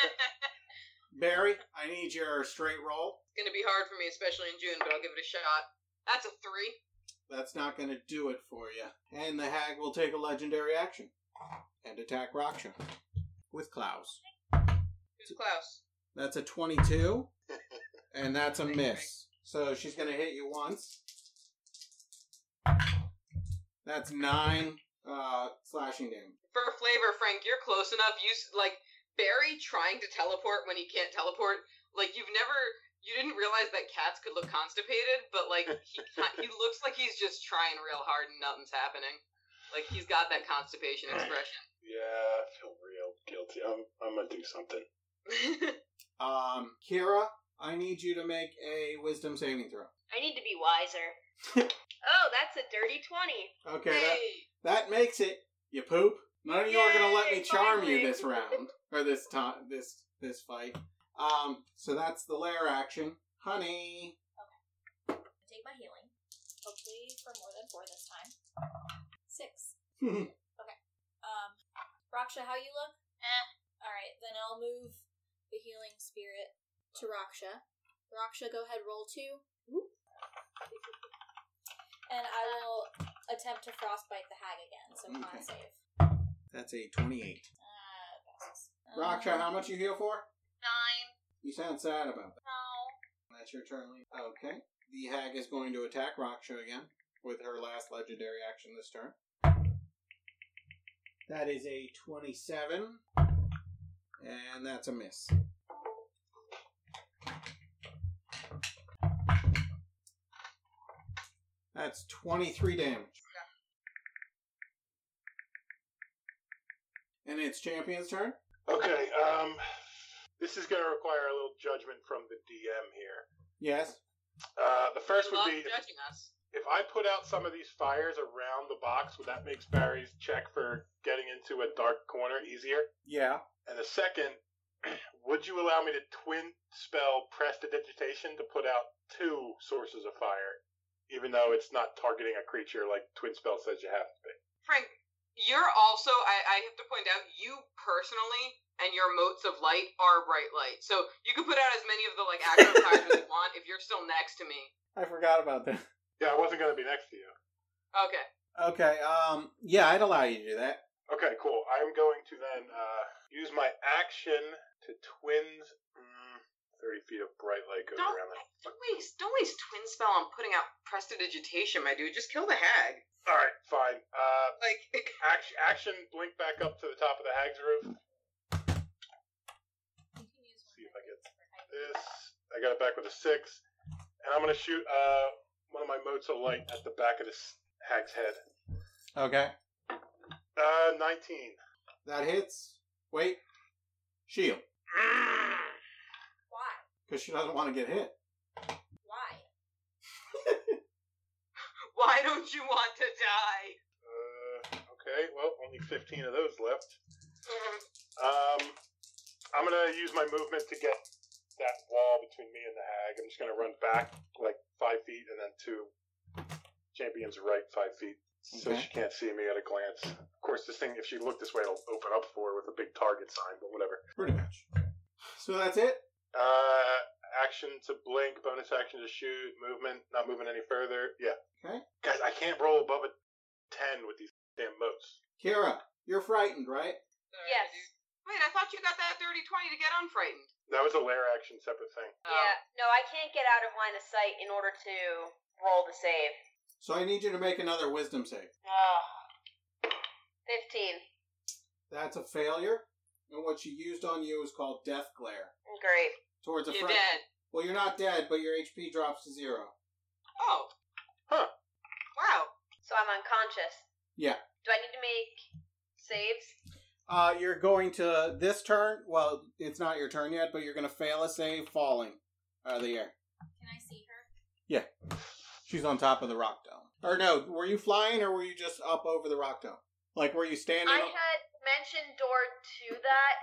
Speaker 4: Barry, I need your straight roll.
Speaker 3: It's gonna be hard for me, especially in June, but I'll give it a shot. That's a three.
Speaker 4: That's not going to do it for you. And the hag will take a legendary action and attack Raksha with Klaus.
Speaker 3: Who's Klaus?
Speaker 4: That's a 22, and that's a miss. So she's going to hit you once. That's nine uh, slashing damage.
Speaker 3: For flavor, Frank, you're close enough. You s- like Barry trying to teleport when he can't teleport. Like you've never, you didn't realize that cats could look constipated, but like he ki- he looks like he's just trying real hard and nothing's happening. Like he's got that constipation expression.
Speaker 2: Yeah, I feel real guilty. I'm, I'm going to do something.
Speaker 4: Um, Kira, I need you to make a wisdom saving throw.
Speaker 5: I need to be wiser. oh, that's a dirty twenty.
Speaker 4: Okay, that,
Speaker 3: Hey!
Speaker 4: that makes it. You poop. None of you are gonna let
Speaker 5: Yay,
Speaker 4: me charm
Speaker 5: finally.
Speaker 4: you this round or this time this this fight. Um, so that's the lair action, honey.
Speaker 6: Take my healing. Hopefully for more than four this time. Six. okay. Um, Raksha, how you look? Eh. All right, then I'll move the healing spirit to Raksha. Raksha, go ahead, roll two. And I will attempt to frostbite the hag again. So con
Speaker 4: Okay.
Speaker 6: save.
Speaker 4: That's a twenty-eight.
Speaker 6: Uh, passes.
Speaker 4: Raksha,
Speaker 5: Uh-huh.
Speaker 6: Um,
Speaker 4: how much you heal for?
Speaker 7: Nine.
Speaker 4: You sound sad about that.
Speaker 7: No.
Speaker 4: That's your turn. Lee. Okay. The hag is going to attack Raksha again with her last legendary action this turn. That is a twenty-seven, and that's a miss. That's twenty-three damage. And it's champion's turn.
Speaker 2: Okay, um, this is going to require a little judgment from the DM here.
Speaker 4: Yes.
Speaker 2: Uh, the first would
Speaker 3: Love
Speaker 2: be if,
Speaker 3: judging us.
Speaker 2: if I put out some of these fires around the box, would that make Barry's check for getting into a dark corner easier?
Speaker 4: Yeah.
Speaker 2: And the second, would you allow me to twin spell prestidigitation to put out two sources of fire, even though it's not targeting a creature like twin spell says you have to be?
Speaker 3: Frank, you're also, I, I have to point out, you personally and your motes of light are bright light. So you can put out as many of the like actual fires as you want if you're still next to me.
Speaker 4: I forgot about that.
Speaker 2: Yeah, I wasn't going to be next to you.
Speaker 3: Okay.
Speaker 4: Okay. Um. Yeah, I'd allow you to do that.
Speaker 2: Okay, cool. I'm going to then uh, use my action to twins. Mm, 30 feet of bright light goes
Speaker 3: Don't
Speaker 2: around that.
Speaker 3: Louise, don't waste twin spell on putting out prestidigitation, my dude. Just kill the hag.
Speaker 2: All right, fine. Uh,
Speaker 3: Like,
Speaker 2: action, action. Blink back up to the top of the hag's roof.
Speaker 6: You can use
Speaker 2: See if I
Speaker 6: one
Speaker 2: get
Speaker 6: for hiding.
Speaker 2: This. I got it back with a six, and I'm gonna shoot uh one of my motes of light at the back of this hag's head.
Speaker 4: Okay.
Speaker 2: Uh, nineteen.
Speaker 4: That hits. Wait. Shield.
Speaker 6: Why?
Speaker 4: Because she doesn't want to get hit.
Speaker 6: Why?
Speaker 3: why don't you want to die?
Speaker 2: Uh, okay. Well, only fifteen of those left. Um, I'm gonna use my movement to get that wall between me and the hag. I'm just gonna run back like five feet and then two champions right five feet, so
Speaker 4: Okay.
Speaker 2: she can't see me at a glance. Of course, this thing, if she looked this way, it'll open up for her with a big target sign, but whatever.
Speaker 4: Pretty much. So that's it.
Speaker 2: Uh, action to blink, bonus action to shoot, movement, not moving any further. Yeah.
Speaker 4: Okay.
Speaker 2: Guys, I can't roll above a ten with these damn moats.
Speaker 4: Kira, you're frightened, right?
Speaker 3: Sorry,
Speaker 5: Yes.
Speaker 3: dude. Wait, I thought you got that dirty 20 to get unfrightened. Oh.
Speaker 2: That was a lair action, separate thing.
Speaker 7: Oh.
Speaker 5: Yeah. No, I can't get out of line of sight in order to roll the save.
Speaker 4: So I need you to make another wisdom save.
Speaker 5: Oh. 15.
Speaker 4: That's a failure. And what she used on you is called death glare.
Speaker 5: Great.
Speaker 4: Towards a
Speaker 3: You're
Speaker 4: friend.
Speaker 3: dead.
Speaker 4: Well, you're not dead, but your HP drops to zero.
Speaker 3: Oh.
Speaker 2: Huh.
Speaker 3: Wow.
Speaker 5: So I'm unconscious.
Speaker 4: Yeah.
Speaker 5: Do I need to make saves?
Speaker 4: Uh, you're going to this turn. Well, it's not your turn yet, but you're going to fail a save, falling out of the air.
Speaker 6: Can I see her?
Speaker 4: She's on top of the rock dome. Or no, were you flying or were you just up over the rock dome? Like, were you standing?
Speaker 5: I
Speaker 4: up-
Speaker 5: had mentioned door to that,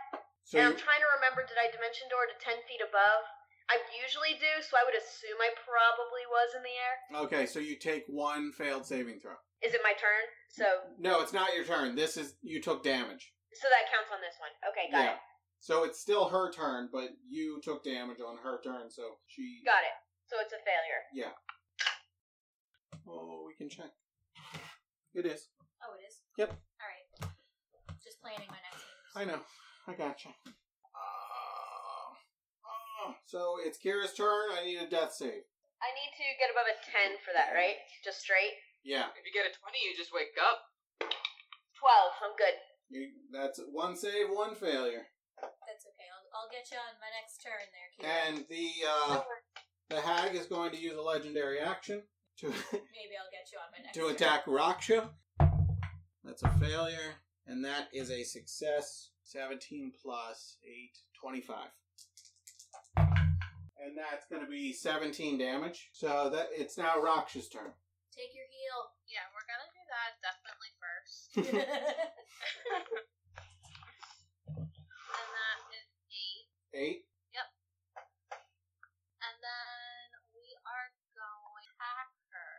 Speaker 4: so you,
Speaker 5: and I'm trying to remember did I dimension door to 10 feet above? I usually do, so I would assume I probably was in the air.
Speaker 4: okay, so you take one failed saving throw.
Speaker 5: Is it my turn? So
Speaker 4: No, it's not your turn. This is you took damage.
Speaker 5: so that counts on this one. Okay, got it.
Speaker 4: So it's still her turn, but you took damage on her turn, so she.
Speaker 5: Got it. So it's a failure.
Speaker 4: Oh, we can check. It is.
Speaker 6: Oh, it is?
Speaker 4: Yep.
Speaker 6: Alright. Just planning my next moves.
Speaker 4: I know. I gotcha. Uh, uh, so it's Kira's turn. I need a death save.
Speaker 5: I need to get above a 10 for that, right? Just straight?
Speaker 4: Yeah,
Speaker 3: If you get a 20, you just wake up.
Speaker 5: 12. I'm good.
Speaker 4: you, that's one save, one failure.
Speaker 6: That's okay. I'll, I'll get you on my next turn there, Kira.
Speaker 4: And the uh, the hag is going to use a legendary action to
Speaker 6: Maybe I'll get you on my next
Speaker 4: to
Speaker 6: turn.
Speaker 4: attack Raksha. That's a failure, and that is a success. 17 plus 8, 25. And that's going to be 17 damage. So that it's now Raksha's turn.
Speaker 6: Take your heal.
Speaker 7: Yeah, we're gonna do that definitely first. And that is eight.
Speaker 4: 8.
Speaker 7: And then we are going to hack her,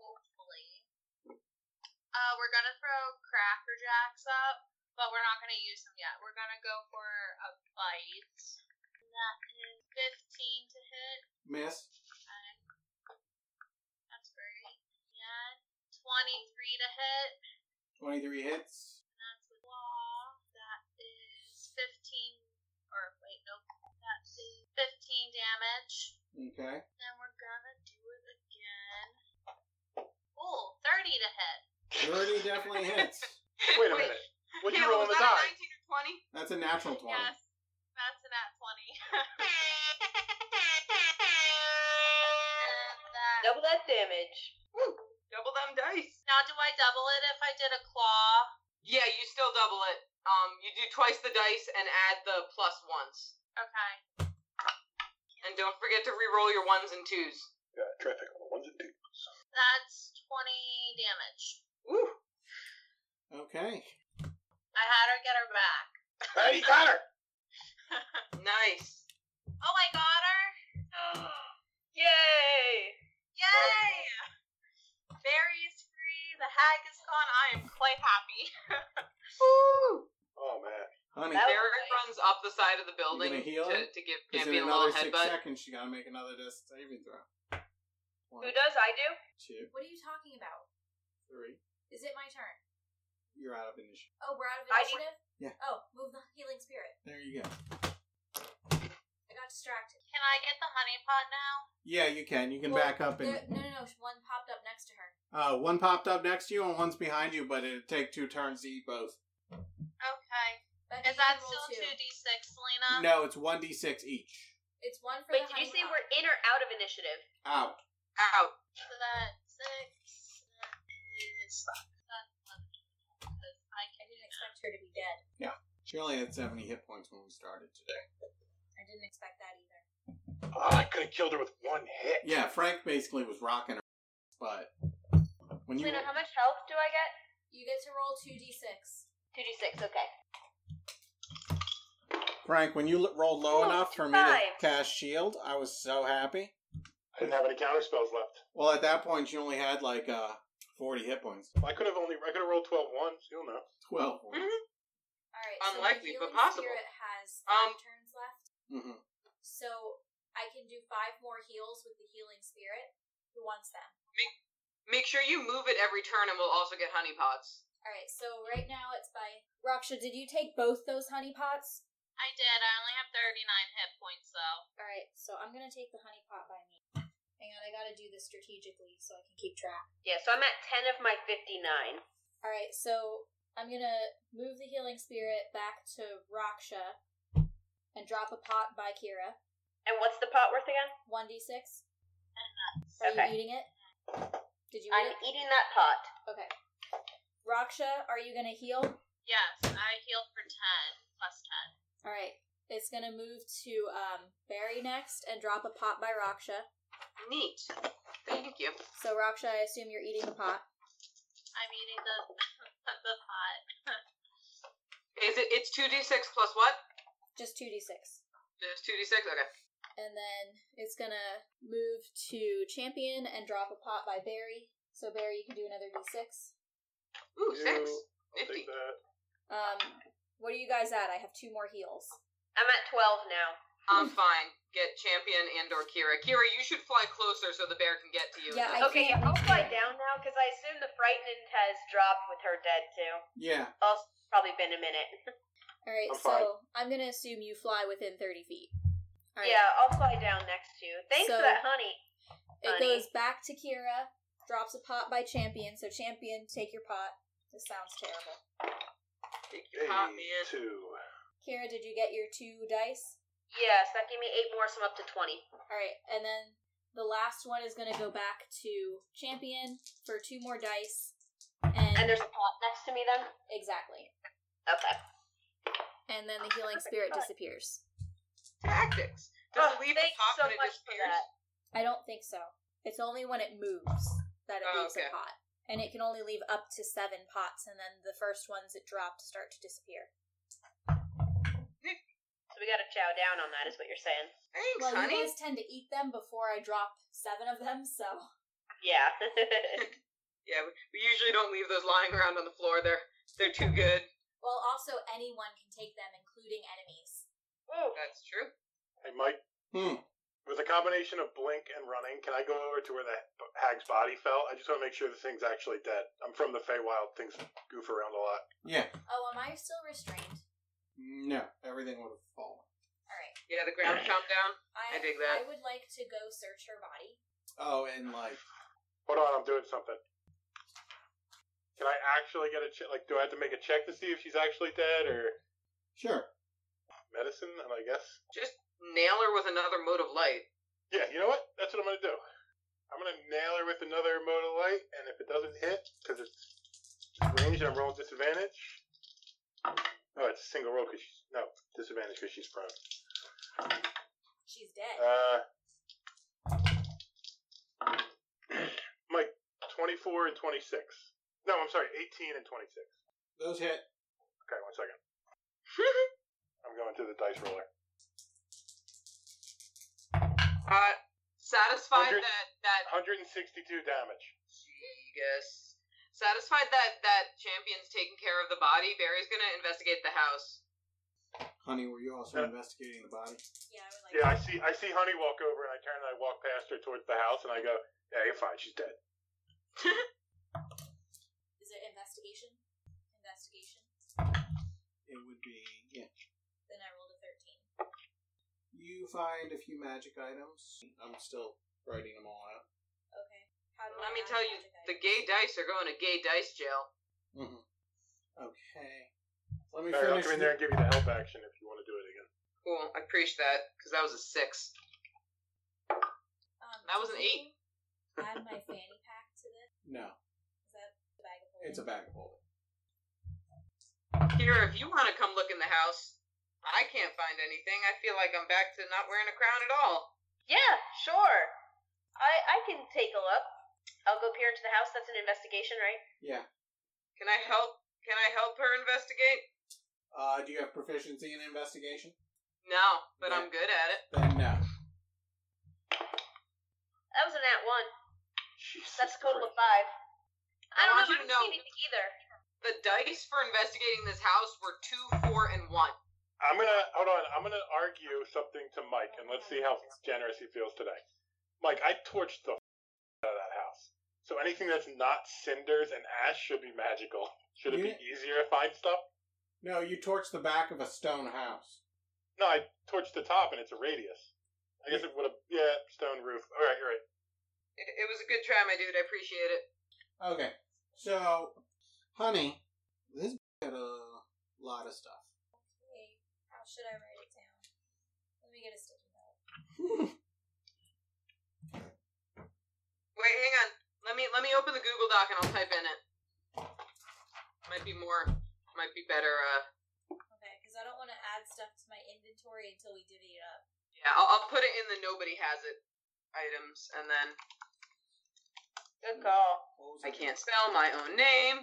Speaker 7: hopefully. Uh, we're gonna throw cracker jacks up, but we're not gonna use them yet. We're gonna go for a bite. And that is 15 to hit.
Speaker 4: Miss.
Speaker 7: And that's great. And 23 to hit.
Speaker 4: 23 hits.
Speaker 7: That's with law. That is 15. Or wait, nope. That is 15 damage.
Speaker 4: Okay.
Speaker 7: Then we're gonna do it again. Ooh, 30 to hit.
Speaker 4: 30 definitely hits.
Speaker 2: Wait a
Speaker 3: Wait.
Speaker 2: minute. What'd you roll
Speaker 3: Caleb,
Speaker 2: on
Speaker 3: was
Speaker 2: the
Speaker 3: that
Speaker 2: die?
Speaker 3: a 19 or 20?
Speaker 4: That's a natural 20.
Speaker 7: Yes. That's an at 20. and that.
Speaker 5: Double that damage.
Speaker 3: Woo. Double them dice.
Speaker 7: Now, do I double it if I did a claw?
Speaker 3: Yeah, you still double it. Um, you do twice the dice and add the plus once.
Speaker 7: Okay.
Speaker 3: And don't forget to re-roll your ones and twos.
Speaker 2: Yeah, traffic on the ones and twos.
Speaker 7: That's 20 damage.
Speaker 3: Woo.
Speaker 4: Okay.
Speaker 7: I had her get her back.
Speaker 2: Hey, you got her!
Speaker 3: Nice.
Speaker 7: Oh, I got her?
Speaker 5: Yay!
Speaker 7: Yay! Barry is free. The hag is gone. I am quite happy.
Speaker 3: Woo.
Speaker 2: Oh, man.
Speaker 4: Honey,
Speaker 5: That was
Speaker 3: Derek
Speaker 5: nice.
Speaker 3: runs up the side of the building
Speaker 4: gonna heal
Speaker 3: to,
Speaker 4: him?
Speaker 3: to give
Speaker 4: is in
Speaker 3: Campion a
Speaker 4: another
Speaker 3: little
Speaker 4: six
Speaker 3: headbutt.
Speaker 4: seconds she gotta make another death saving throw. One,
Speaker 5: Who does I do?
Speaker 4: two,
Speaker 6: What are you talking about?
Speaker 4: three.
Speaker 6: Is it my turn?
Speaker 4: You're out of initiative.
Speaker 6: Oh, we're out of
Speaker 5: I need-
Speaker 6: initiative?
Speaker 4: Yeah.
Speaker 6: Oh, move the healing spirit.
Speaker 4: There you go.
Speaker 6: I got distracted.
Speaker 7: Can I get the honey pot now?
Speaker 4: Yeah, you can. You can
Speaker 6: Well,
Speaker 4: back up and
Speaker 6: there- no, no, no. One popped up next to her.
Speaker 4: uh, one popped up next to you and one's behind you, but it'd take two turns to eat both.
Speaker 7: Okay.
Speaker 6: Becky,
Speaker 7: Is
Speaker 6: you
Speaker 7: that
Speaker 6: roll
Speaker 7: still
Speaker 6: two.
Speaker 7: two d six,
Speaker 5: Uh.
Speaker 7: Lena?
Speaker 4: No, it's one d six each.
Speaker 6: It's one for
Speaker 5: Wait,
Speaker 6: the
Speaker 5: did
Speaker 6: honey
Speaker 5: you say
Speaker 6: pot.
Speaker 5: we're in or out of initiative?
Speaker 4: Out.
Speaker 3: Out.
Speaker 7: So that six that is that's eleven. Because
Speaker 6: I
Speaker 7: I can
Speaker 6: didn't expect her to be dead.
Speaker 4: She only had seventy hit points when we started today.
Speaker 6: I didn't expect that either.
Speaker 2: Oh, I could have killed her with one hit.
Speaker 4: Yeah, Frank basically was rocking her, but when you
Speaker 5: Lena, how much health do I get?
Speaker 6: You get to roll two d six.
Speaker 5: 2d6, okay.
Speaker 4: Frank, when you l- rolled low
Speaker 5: Oh,
Speaker 4: enough for me to
Speaker 5: five.
Speaker 4: cast shield, I was so happy.
Speaker 2: I didn't have any counter spells left.
Speaker 4: Well, at that point, you only had like uh, forty hit points.
Speaker 2: I could have only I could have rolled 12 ones. You'll know.
Speaker 4: Twelve.
Speaker 5: Mm-hmm.
Speaker 6: All right.
Speaker 3: Unlikely,
Speaker 6: so
Speaker 3: but
Speaker 6: the healing
Speaker 3: possible.
Speaker 6: Spirit has
Speaker 3: Um,
Speaker 6: five turns left,
Speaker 4: Mm-hmm.
Speaker 6: so I can do five more heals with the healing spirit. Who wants them?
Speaker 3: Make sure you move it every turn, and we'll also get honey pots.
Speaker 6: All right. So right now it's by Raksha. Did you take both those honey pots?
Speaker 7: I did. I only have thirty nine hit points though.
Speaker 6: All right. So I'm gonna take the honey pot by me. Hang on, I gotta do this strategically so I can keep track.
Speaker 5: Yeah, so I'm at 10 of my 59.
Speaker 6: All right. So I'm gonna move the healing spirit back to Raksha and drop a pot by Kira.
Speaker 5: And what's the pot worth again?
Speaker 6: One d six. Are you
Speaker 5: Okay.
Speaker 6: eating it? Did you eat
Speaker 5: I'm
Speaker 6: it?
Speaker 5: eating that pot.
Speaker 6: Okay. Raksha, are you gonna heal?
Speaker 7: Yes, I healed for ten plus ten.
Speaker 6: All right. It's gonna move to um, Barry next and drop a pot by Raksha.
Speaker 3: Neat. Thank you.
Speaker 6: So Raksha, I assume you're eating the pot.
Speaker 7: I'm eating the the pot.
Speaker 3: Is it? It's two d six plus what?
Speaker 6: Just two d six.
Speaker 3: There's two d six. Okay.
Speaker 6: And then it's gonna move to Champion and drop a pot by Barry. So Barry, you can do another d six.
Speaker 3: Ooh,
Speaker 2: You-
Speaker 3: six.
Speaker 2: I'll
Speaker 3: Nifty.
Speaker 2: take that.
Speaker 6: Um, what are you guys at? I have two more heals.
Speaker 5: I'm at 12 now.
Speaker 3: I'm fine. Get champion and or Kira. Kira, you should fly closer so the bear can get to you.
Speaker 6: Yeah, I
Speaker 5: okay,
Speaker 6: can't
Speaker 5: yeah, I'll
Speaker 6: reach
Speaker 5: fly
Speaker 6: it.
Speaker 5: down now because I assume the frightened has dropped with her dead too.
Speaker 4: Yeah.
Speaker 5: Also, probably been a minute.
Speaker 6: All right.
Speaker 2: I'm
Speaker 6: so
Speaker 2: fine.
Speaker 6: I'm gonna assume you fly within thirty feet. All right.
Speaker 5: Yeah, I'll fly down next to you. Thanks
Speaker 6: So-
Speaker 5: for that honey.
Speaker 6: It
Speaker 5: Honey.
Speaker 6: goes back to Kira, drops a pot by Champion. So Champion, take your pot. This sounds terrible.
Speaker 3: Take your pot, man.
Speaker 2: two.
Speaker 6: Kira, did you get your two dice?
Speaker 5: Yes, that gave me eight more, so I'm up to 20.
Speaker 6: All right, and then the last one is going to go back to Champion for two more dice, and,
Speaker 5: And there's a pot next to me then?
Speaker 6: exactly,
Speaker 5: Okay.
Speaker 6: and then the healing spirit disappears.
Speaker 3: Tactics. Does
Speaker 5: Oh,
Speaker 3: it leave a
Speaker 5: thanks
Speaker 3: pot
Speaker 5: so
Speaker 3: when it
Speaker 5: much for
Speaker 3: disappears?
Speaker 5: that.
Speaker 6: I don't think so. It's only when it moves that it
Speaker 3: Oh,
Speaker 6: leaves
Speaker 3: okay.
Speaker 6: a pot, and it can only leave up to seven pots, and then the first ones it dropped start to disappear.
Speaker 5: So we gotta chow down on that, is what you're saying.
Speaker 3: Thanks,
Speaker 6: Well,
Speaker 3: honey.
Speaker 6: you guys tend to eat them before I drop seven of them, so
Speaker 5: Yeah.
Speaker 3: Yeah, we- we usually don't leave those lying around on the floor. They're they're too good.
Speaker 6: well, also anyone can take them, including enemies.
Speaker 5: Ooh.
Speaker 3: That's true.
Speaker 2: Hey, Mike,
Speaker 4: Hmm.
Speaker 2: with a combination of blink and running, can I go over to where the b- hag's body fell? I just want to make sure the thing's actually dead. I'm from the Feywild. Things goof around a lot.
Speaker 4: Yeah.
Speaker 6: Oh, am I still restrained?
Speaker 4: No, everything would have fallen.
Speaker 6: All right.
Speaker 3: Yeah, the ground chomped down.
Speaker 6: I,
Speaker 3: I dig that.
Speaker 6: I would like to go search her body.
Speaker 4: Oh, and like,
Speaker 2: Hold on, I'm doing something. Can I actually get a check? Like, do I have to make a check to see if she's actually dead or
Speaker 4: sure.
Speaker 2: medicine? And I guess.
Speaker 3: Just nail her with another mode of light.
Speaker 2: Yeah, you know what? That's what I'm going to do. I'm going to nail her with another mode of light, and if it doesn't hit, because it's ranged, I'm rolling disadvantage. Oh, it's a single roll because she's. No, disadvantage because she's prone.
Speaker 6: She's dead.
Speaker 2: Uh, Mike, 24 and 26. No, I'm sorry, 18 and 26.
Speaker 4: Those hit.
Speaker 2: Okay, one second. I'm going to the dice roller.
Speaker 3: Uh, satisfied
Speaker 2: Hundred-
Speaker 3: that that
Speaker 2: 162 damage.
Speaker 3: Jesus. Satisfied that that champion's taking care of the body, Barry's gonna investigate the house.
Speaker 4: Honey, were you also
Speaker 2: Yeah.
Speaker 4: investigating the body?
Speaker 6: Yeah, I would like
Speaker 2: Yeah, I see. I see Honey walk over, and I turn and I walk past her towards the house, and I go, "Yeah, you're fine. She's dead."
Speaker 6: Is it investigation? Investigation.
Speaker 4: It would be yeah.
Speaker 6: Then I rolled a 13.
Speaker 4: you find a few magic items. I'm still writing them all out.
Speaker 6: Okay. How do
Speaker 3: Let
Speaker 6: I
Speaker 3: me
Speaker 6: add
Speaker 3: tell you,
Speaker 6: magic
Speaker 3: the
Speaker 6: items?
Speaker 3: gay dice are going to gay dice jail.
Speaker 4: Mm-hmm. Okay. Let me
Speaker 2: All right, I'll
Speaker 4: finish.
Speaker 2: come in there and give you the help action if you want to do it again.
Speaker 3: Cool. I appreciate that because that was a six.
Speaker 6: Um,
Speaker 3: That was an
Speaker 6: do you
Speaker 3: eight.
Speaker 6: Add my fanny pack to this.
Speaker 4: No,
Speaker 6: Is that the bag of holding?
Speaker 4: it's a bag of holding.
Speaker 3: Kira, if you want to come look in the house, I can't find anything. I feel like I'm back to not wearing a crown at all.
Speaker 5: Yeah, sure. I I can take a look. I'll go peer into the house. That's an investigation, right?
Speaker 4: Yeah.
Speaker 3: Can I help? Can I help her investigate?
Speaker 4: Uh, do you have proficiency in investigation?
Speaker 3: No, but I'm good at it.
Speaker 4: Then no.
Speaker 5: That was an at one.
Speaker 2: Jesus
Speaker 5: That's a total of
Speaker 2: Christ.
Speaker 5: five. I
Speaker 3: I want
Speaker 5: don't know. I
Speaker 3: you to
Speaker 5: didn't
Speaker 3: know-
Speaker 5: see anything either.
Speaker 3: The dice for investigating this house were two, four, and one.
Speaker 2: I'm gonna hold on. I'm gonna argue something to Mike, and let's see how generous he feels today. Mike, I torched the out of that house. So anything that's not cinders and ash should be magical. Should it be easier to find stuff?
Speaker 4: No, you torch the back of a stone house.
Speaker 2: No, I torched the top, and it's a radius. I guess it would have. Yeah, stone roof. All right, you're right.
Speaker 3: It, it was a good try, my dude. I appreciate it.
Speaker 4: Okay. So, honey, this got a lot of stuff.
Speaker 6: Okay. How should I write it down? Let me get a sticky note.
Speaker 3: Wait, hang on. Let me let me open the Google Doc and I'll type in it. Might be more. Might be better. Uh,
Speaker 6: Okay, because I don't want to add stuff to my inventory until we divvy it up.
Speaker 3: yeah, I'll, I'll put it in the nobody has it items, and then
Speaker 5: Good call.
Speaker 4: What was
Speaker 3: I
Speaker 4: it?
Speaker 3: can't spell my own name.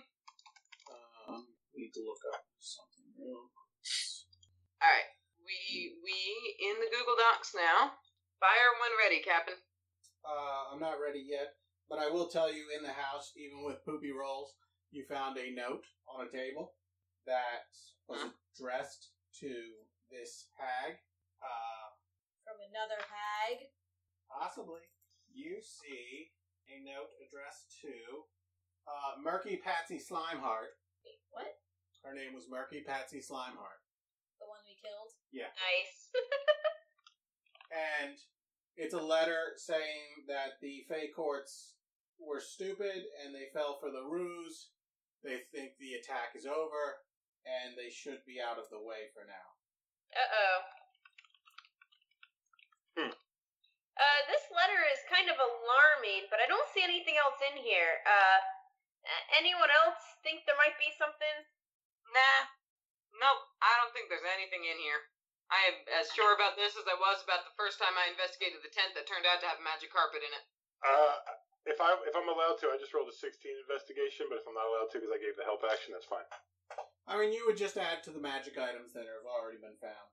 Speaker 4: Um, need to look up something real
Speaker 3: All right, we we in the Google Docs now. Fire when ready, Captain.
Speaker 4: Uh, I'm not ready yet, but I will tell you in the house, even with poopy rolls, you found a note on a table that was addressed to this hag. Uh,
Speaker 6: From another hag.
Speaker 4: possibly. You see a note addressed to uh, Murky Patsy Slimeheart.
Speaker 6: Wait, what?
Speaker 4: Her name was Murky Patsy Slimeheart.
Speaker 6: The one we killed?
Speaker 5: Nice.
Speaker 4: And it's a letter saying that the Fey courts were stupid and they fell for the ruse. They think the attack is over and they should be out of the way for now.
Speaker 5: Uh oh.
Speaker 2: Hmm.
Speaker 5: Uh, this letter is kind of alarming, but I don't see anything else in here. Uh, a- anyone else think there might be something?
Speaker 3: Nah, nope. I don't think there's anything in here. I am as sure about this as I was about the first time I investigated the tent that turned out to have magic carpet in it.
Speaker 2: Uh, if I if I'm allowed to, I just rolled a 16 investigation. But if I'm not allowed to because I gave the help action, that's fine.
Speaker 4: I mean, you would just add to the magic items that have already been found.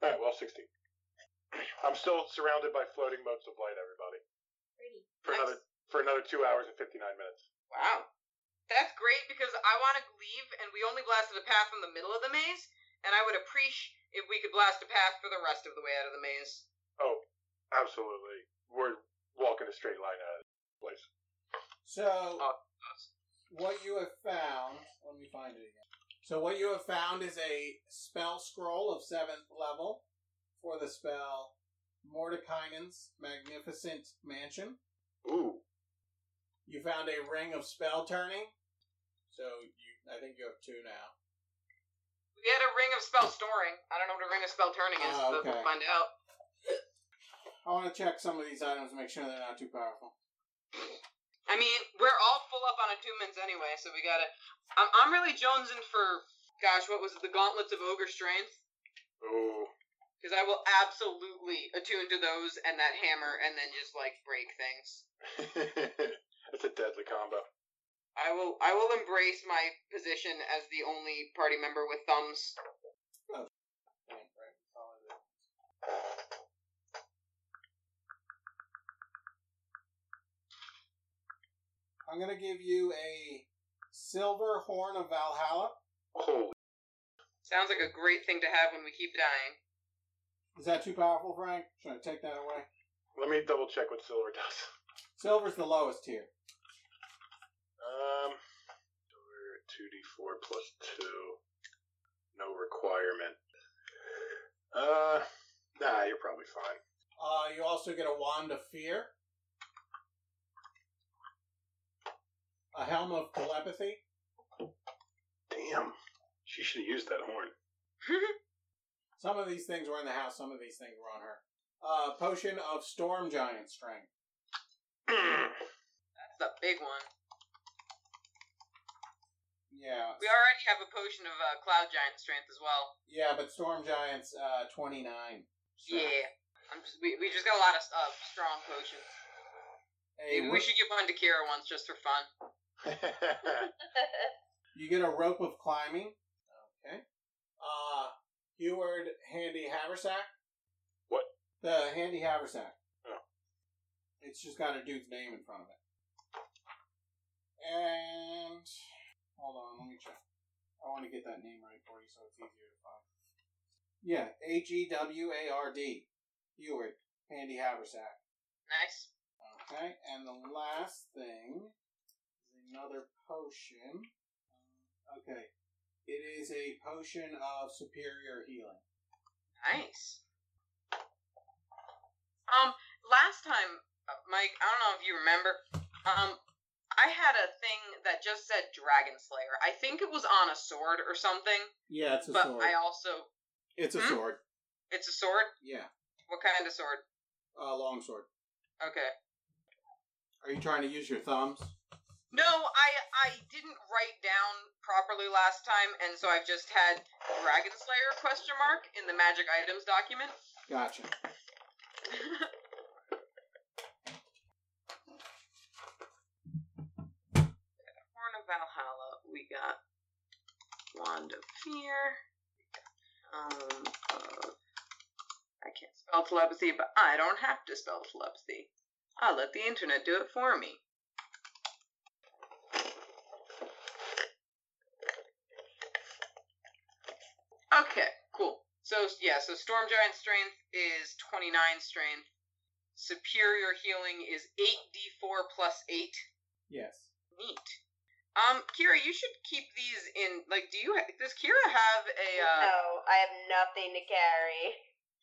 Speaker 2: All right, well, 16. I'm still surrounded by floating motes of light, everybody,
Speaker 6: Pretty.
Speaker 2: for another for another two hours and 59 minutes.
Speaker 3: Wow. That's great because I want to leave, and we only blasted a path in the middle of the maze, and I would appreciate if we could blast a path for the rest of the way out of the maze.
Speaker 2: Oh, absolutely. We're walking a straight line out of this place.
Speaker 4: So,
Speaker 3: Uh,
Speaker 4: what you have found, let me find it again. So, what you have found is a spell scroll of seventh level for the spell Mordekainen's Magnificent Mansion.
Speaker 2: Ooh,
Speaker 4: You found a ring of spell turning. So you, I think you have two now.
Speaker 3: We had a ring of spell storing. I don't know what a ring of spell turning is,
Speaker 4: Ah,
Speaker 3: but we'll
Speaker 4: okay.
Speaker 3: find out.
Speaker 4: I want to check some of these items to make sure they're not too powerful.
Speaker 3: I mean, we're all full up on attunements anyway, so we gotta. I'm, I'm really jonesing for, gosh, what was it, the gauntlets of ogre strength?
Speaker 2: ooh.
Speaker 3: Because I will absolutely attune to those and that hammer, and then just like break things.
Speaker 2: that's a deadly combo.
Speaker 3: I will. I will embrace my position as the only party member with thumbs.
Speaker 4: Right, right, that's all it is. I'm going to give you a silver horn of Valhalla.
Speaker 2: Holy.
Speaker 3: Sounds like a great thing to have when we keep dying.
Speaker 4: Is that too powerful, Frank? Should I take that away?
Speaker 2: Let me double check what silver does.
Speaker 4: Silver's the lowest tier.
Speaker 2: Um, silver, 2d4 plus 2. No requirement. Uh, Nah, you're probably fine.
Speaker 4: Uh, you also get a wand of fear, a helm of telepathy,
Speaker 2: Damn. She should have used that horn.
Speaker 4: Some of these things were in the house, some of these things were on her. Uh, potion of storm giant strength.
Speaker 3: That's the big one.
Speaker 4: Yeah.
Speaker 3: We already have a potion of uh, cloud giant strength as well.
Speaker 4: Yeah, but storm giant's uh, 29. So
Speaker 3: Yeah. I'm just, we, we just got a lot of uh, strong potions.
Speaker 4: a
Speaker 3: Maybe
Speaker 4: ro-
Speaker 3: we should give one to Kira once just for fun.
Speaker 4: You get a rope of climbing. Okay. Uh, Heward handy haversack.
Speaker 2: What?
Speaker 4: The handy haversack.
Speaker 2: Oh.
Speaker 4: It's just got a dude's name in front of it. And hold on, let me check. I want to get that name right for you, so it's easier to find. Yeah, H E W A R D. Heward handy haversack.
Speaker 3: Nice.
Speaker 4: Okay, and the last thing is another potion. Okay, it is a potion of superior healing.
Speaker 3: Nice. Um, last time, uh, Mike, I don't know if you remember, um, I had a thing that just said Dragon Slayer. I think it was on a sword or something,
Speaker 4: Yeah, it's a
Speaker 3: but
Speaker 4: sword.
Speaker 3: I also.
Speaker 4: It's a
Speaker 3: Hmm?
Speaker 4: sword.
Speaker 3: It's a sword?
Speaker 4: Yeah,
Speaker 3: What kind of sword?
Speaker 4: a long sword.
Speaker 3: Okay.
Speaker 4: Are you trying to use your thumbs?
Speaker 3: No, I I didn't write down properly last time, and so I've just had Dragon Slayer question mark in the magic items document.
Speaker 4: Gotcha.
Speaker 3: Horn of Valhalla. We got Wand of Fear. Um, of- I can't spell telepathy, but I don't have to spell telepathy. I'll let the internet do it for me. Okay, cool. So yeah, so Storm Giant strength is 29 strength. Superior healing is 8d4 plus 8.
Speaker 4: Yes.
Speaker 3: Neat. Um, Kira, you should keep these in. Like, do you? Ha- does Kira have a? Uh,
Speaker 5: No, I have nothing to carry.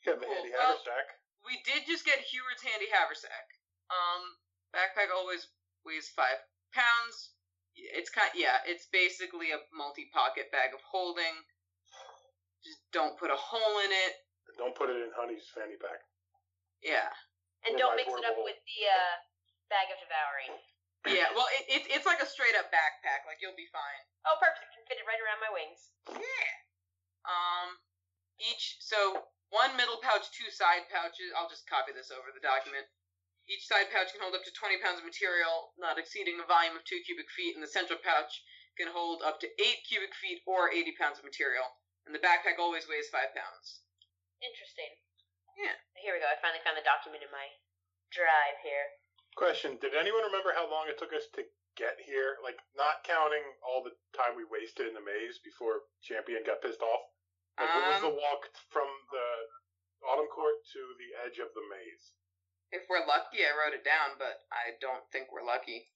Speaker 2: You have a handy
Speaker 3: Well-
Speaker 2: haversack.
Speaker 3: We did just get Heward's handy haversack. Um, backpack always weighs five pounds. It's kind. Yeah, it's basically a multi-pocket bag of holding. Just don't put a hole in it.
Speaker 2: Don't put it in Honey's fanny pack.
Speaker 3: Yeah.
Speaker 5: And
Speaker 2: Or
Speaker 5: don't
Speaker 2: my
Speaker 5: mix it up
Speaker 2: portable.
Speaker 5: with the uh, bag of devouring.
Speaker 3: Yeah. Well, it, it it's like a straight up backpack. Like you'll be fine.
Speaker 5: Oh, perfect. I can fit it right around my wings.
Speaker 3: Yeah. Um, each so one middle pouch, two side pouches. I'll just copy this over the document. Each side pouch can hold up to 20 pounds of material, not exceeding a volume of 2 cubic feet, and the central pouch can hold up to 8 cubic feet or 80 pounds of material. And the backpack always weighs 5 pounds.
Speaker 5: Interesting.
Speaker 3: Yeah.
Speaker 5: Here we go. I finally found the document in my drive here.
Speaker 2: Question Did anyone remember how long it took us to get here? Like, not counting all the time we wasted in the maze before Champion got pissed off? Like, what was
Speaker 3: Um,
Speaker 2: the walk from the Autumn Court to the edge of the maze?
Speaker 3: if we're lucky, I wrote it down, but I don't think we're lucky.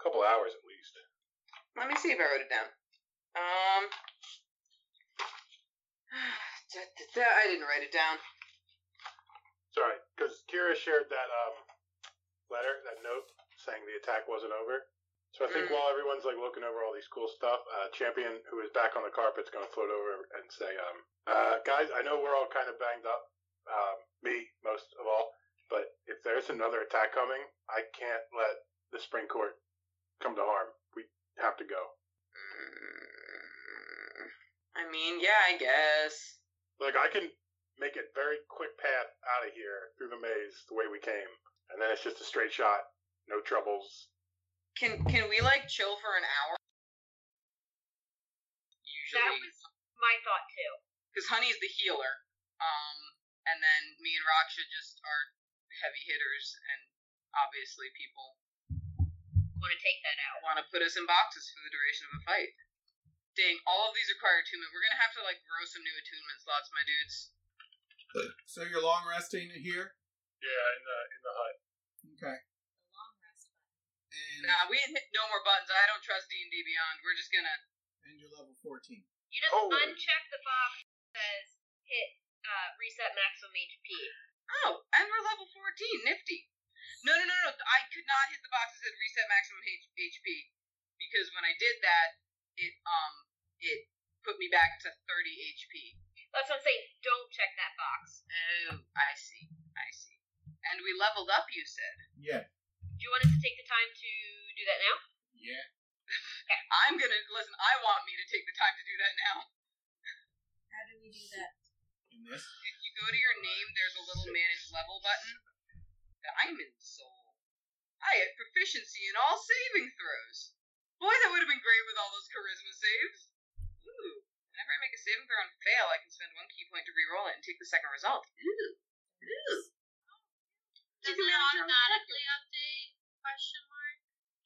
Speaker 2: A couple hours at least.
Speaker 3: Let me see if I wrote it down. Um, da, da, da, I didn't write it down.
Speaker 2: Sorry, because Kira shared that um, letter, that note saying the attack wasn't over. So I think
Speaker 3: Mm.
Speaker 2: while everyone's like looking over all these cool stuff, uh, Champion, who is back on the carpet's going to float over and say, um, uh, "Guys, I know we're all kind of banged up, um, me most of all, but if there's another attack coming, I can't let the Spring Court come to harm. We have to go."
Speaker 3: Mm, I mean, yeah, I guess.
Speaker 2: Like I can make a very quick path out of here through the maze the way we came, and then it's just a straight shot, no troubles,
Speaker 3: Can can we like chill for an hour?
Speaker 5: That
Speaker 3: Usually,
Speaker 5: was my thought too.
Speaker 3: because Honey's the healer, um, and then me and Raksha just are heavy hitters, and obviously people
Speaker 5: Want to take that out?
Speaker 3: want to put us in boxes for the duration of a fight. Dang, all of these require attunement. We're gonna have to like grow some new attunement slots, my dudes.
Speaker 4: So you're long resting here.
Speaker 2: Yeah, in the in the hut.
Speaker 4: Okay.
Speaker 6: Long rest.
Speaker 4: And
Speaker 3: Nah, we ain't hit no more buttons. I don't trust D and D Beyond. We're just gonna
Speaker 4: and you're level fourteen.
Speaker 5: You just
Speaker 2: Oh.
Speaker 5: uncheck the box that says hit uh, reset maximum HP.
Speaker 3: Oh, and we're level 14. Nifty. No, no, no, no. I could not hit the box that said reset maximum H- HP because when I did that, it um it put me back to 30 HP.
Speaker 5: That's what I'm saying. Don't check that box.
Speaker 3: Oh, I see. I see. And we leveled up, you said.
Speaker 4: Yeah.
Speaker 5: Do you want us to take the time to do that now?
Speaker 4: Yeah.
Speaker 3: I'm gonna listen. I want me to take the time to do that now.
Speaker 6: How do we do that?
Speaker 4: In this.
Speaker 3: If you go to your name, there's a little manage level button. Diamond Soul. I have proficiency in all saving throws. Boy, that would have been great with all those charisma saves. Ooh. Whenever I make a saving throw and fail, I can spend one key point to reroll it and take the second result. Ooh. Ooh. can
Speaker 7: Does it
Speaker 3: manage your own
Speaker 7: automatically update? Question mark.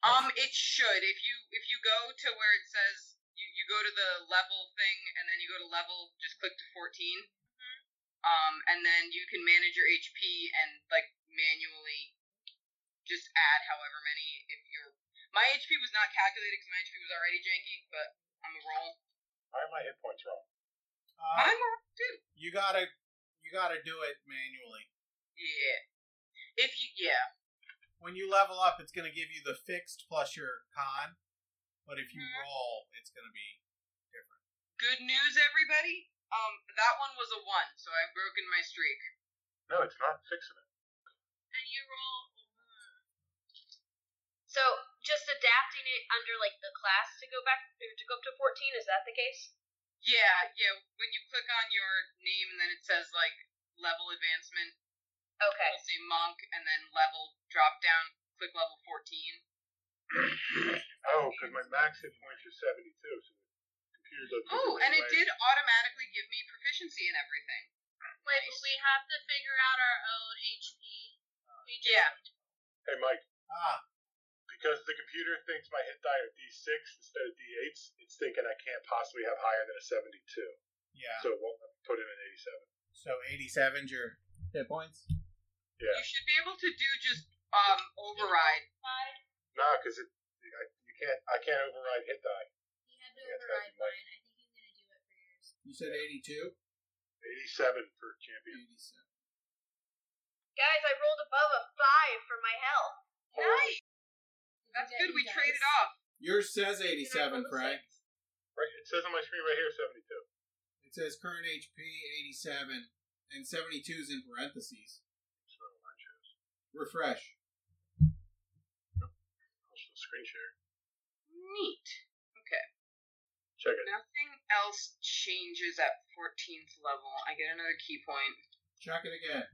Speaker 3: Um, it should. If you if you go to where it says you, you go to the level thing and then you go to level, just click to 14 Um, and then you can manage your HP and like manually just add however many if you're. My HP was not calculated because my HP was already janky, but I'm a roll.
Speaker 8: Why are my hit points wrong?
Speaker 4: Uh,
Speaker 3: I'm a roll too.
Speaker 4: you gotta, you gotta do it manually.
Speaker 3: Yeah. If you yeah.
Speaker 4: When you level up, it's gonna give you the fixed plus your con, but if you
Speaker 3: Mm-hmm.
Speaker 4: roll, it's gonna be
Speaker 3: Good news, everybody. Um, that one was a one, so I've broken my streak.
Speaker 8: No, it's not fixing it.
Speaker 7: And you roll.
Speaker 5: So just adapting it under like the class to go back or to go up to 14. Is that the case?
Speaker 3: Yeah, yeah. When you click on your name and then it says like level advancement,
Speaker 5: Okay.
Speaker 3: it'll say monk and then level drop down, click level fourteen.
Speaker 8: Oh, because my max hit points are 72, so the computer does
Speaker 3: Oh, and it did automatically give me proficiency in everything.
Speaker 7: Wait, but we have to figure out our own HP. We just,
Speaker 3: Yeah.
Speaker 8: Hey, Mike,
Speaker 4: ah.
Speaker 8: because the computer thinks my hit die are D6 instead of D8s, it's thinking I can't possibly have higher than a 72.
Speaker 4: Yeah.
Speaker 8: So it won't let me put in an 87.
Speaker 4: So 87's your hit points.
Speaker 8: Yeah.
Speaker 3: You should be able to do just um override.
Speaker 6: Five.
Speaker 8: Nah, because it. I, you can't. I can't override hit die.
Speaker 6: He had to
Speaker 8: Yeah, it's gotta
Speaker 6: override
Speaker 8: be mine.
Speaker 6: mine. I think he's gonna do it for yours.
Speaker 4: You said 82.
Speaker 8: 87 for champion.
Speaker 4: 87.
Speaker 5: Guys, I rolled above a five for my health.
Speaker 3: Nice.
Speaker 6: Did
Speaker 3: That's
Speaker 6: you get
Speaker 3: good. We
Speaker 6: you
Speaker 3: traded
Speaker 6: guys?
Speaker 3: off.
Speaker 4: Yours says 87,
Speaker 6: Can I roll a
Speaker 4: Frank.
Speaker 8: Right. It says on my screen right here, 72.
Speaker 4: It says current HP 87, and 72 is in parentheses.
Speaker 8: It's not mine shows.
Speaker 4: Refresh.
Speaker 8: Also screen share.
Speaker 3: Neat.
Speaker 8: Check it.
Speaker 3: Nothing else changes at fourteenth level. I get another key point.
Speaker 4: Check it again.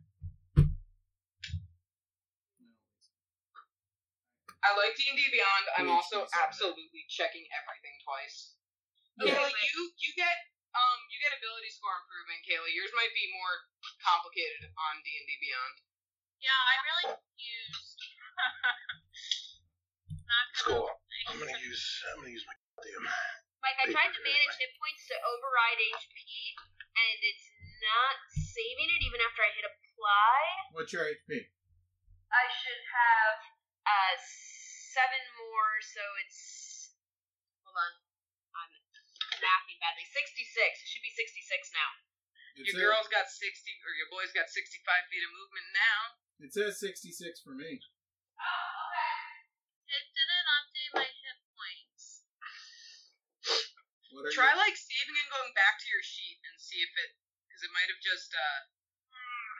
Speaker 3: I like D and D Beyond. I'm
Speaker 4: Please,
Speaker 3: also
Speaker 4: please, yeah.
Speaker 3: absolutely checking everything twice.
Speaker 4: Yeah.
Speaker 3: Kayla, you you get um you get ability score improvement, Kayla. Yours might be more complicated on D and D Beyond.
Speaker 7: yeah, I'm really confused. Not
Speaker 8: Let's
Speaker 7: gonna
Speaker 8: go.
Speaker 7: lie.
Speaker 8: I'm gonna use. I'm gonna use my goddamn.
Speaker 5: Mike, I tried to manage hit points to override HP, and it's not saving it even after I hit apply.
Speaker 4: What's your HP?
Speaker 5: I should have uh seven more, so it's hold on. I'm mathing badly. Sixty six. It should be sixty six now.
Speaker 4: It
Speaker 3: your
Speaker 4: says,
Speaker 3: girl's got sixty or your boy's got sixty five feet of movement now.
Speaker 4: it says 66 for me.
Speaker 7: Oh, okay. It didn't update my hit points.
Speaker 4: What are
Speaker 3: Try
Speaker 4: your-
Speaker 3: like saving and going back to your sheet and see if it because it might have just uh
Speaker 5: Hmm.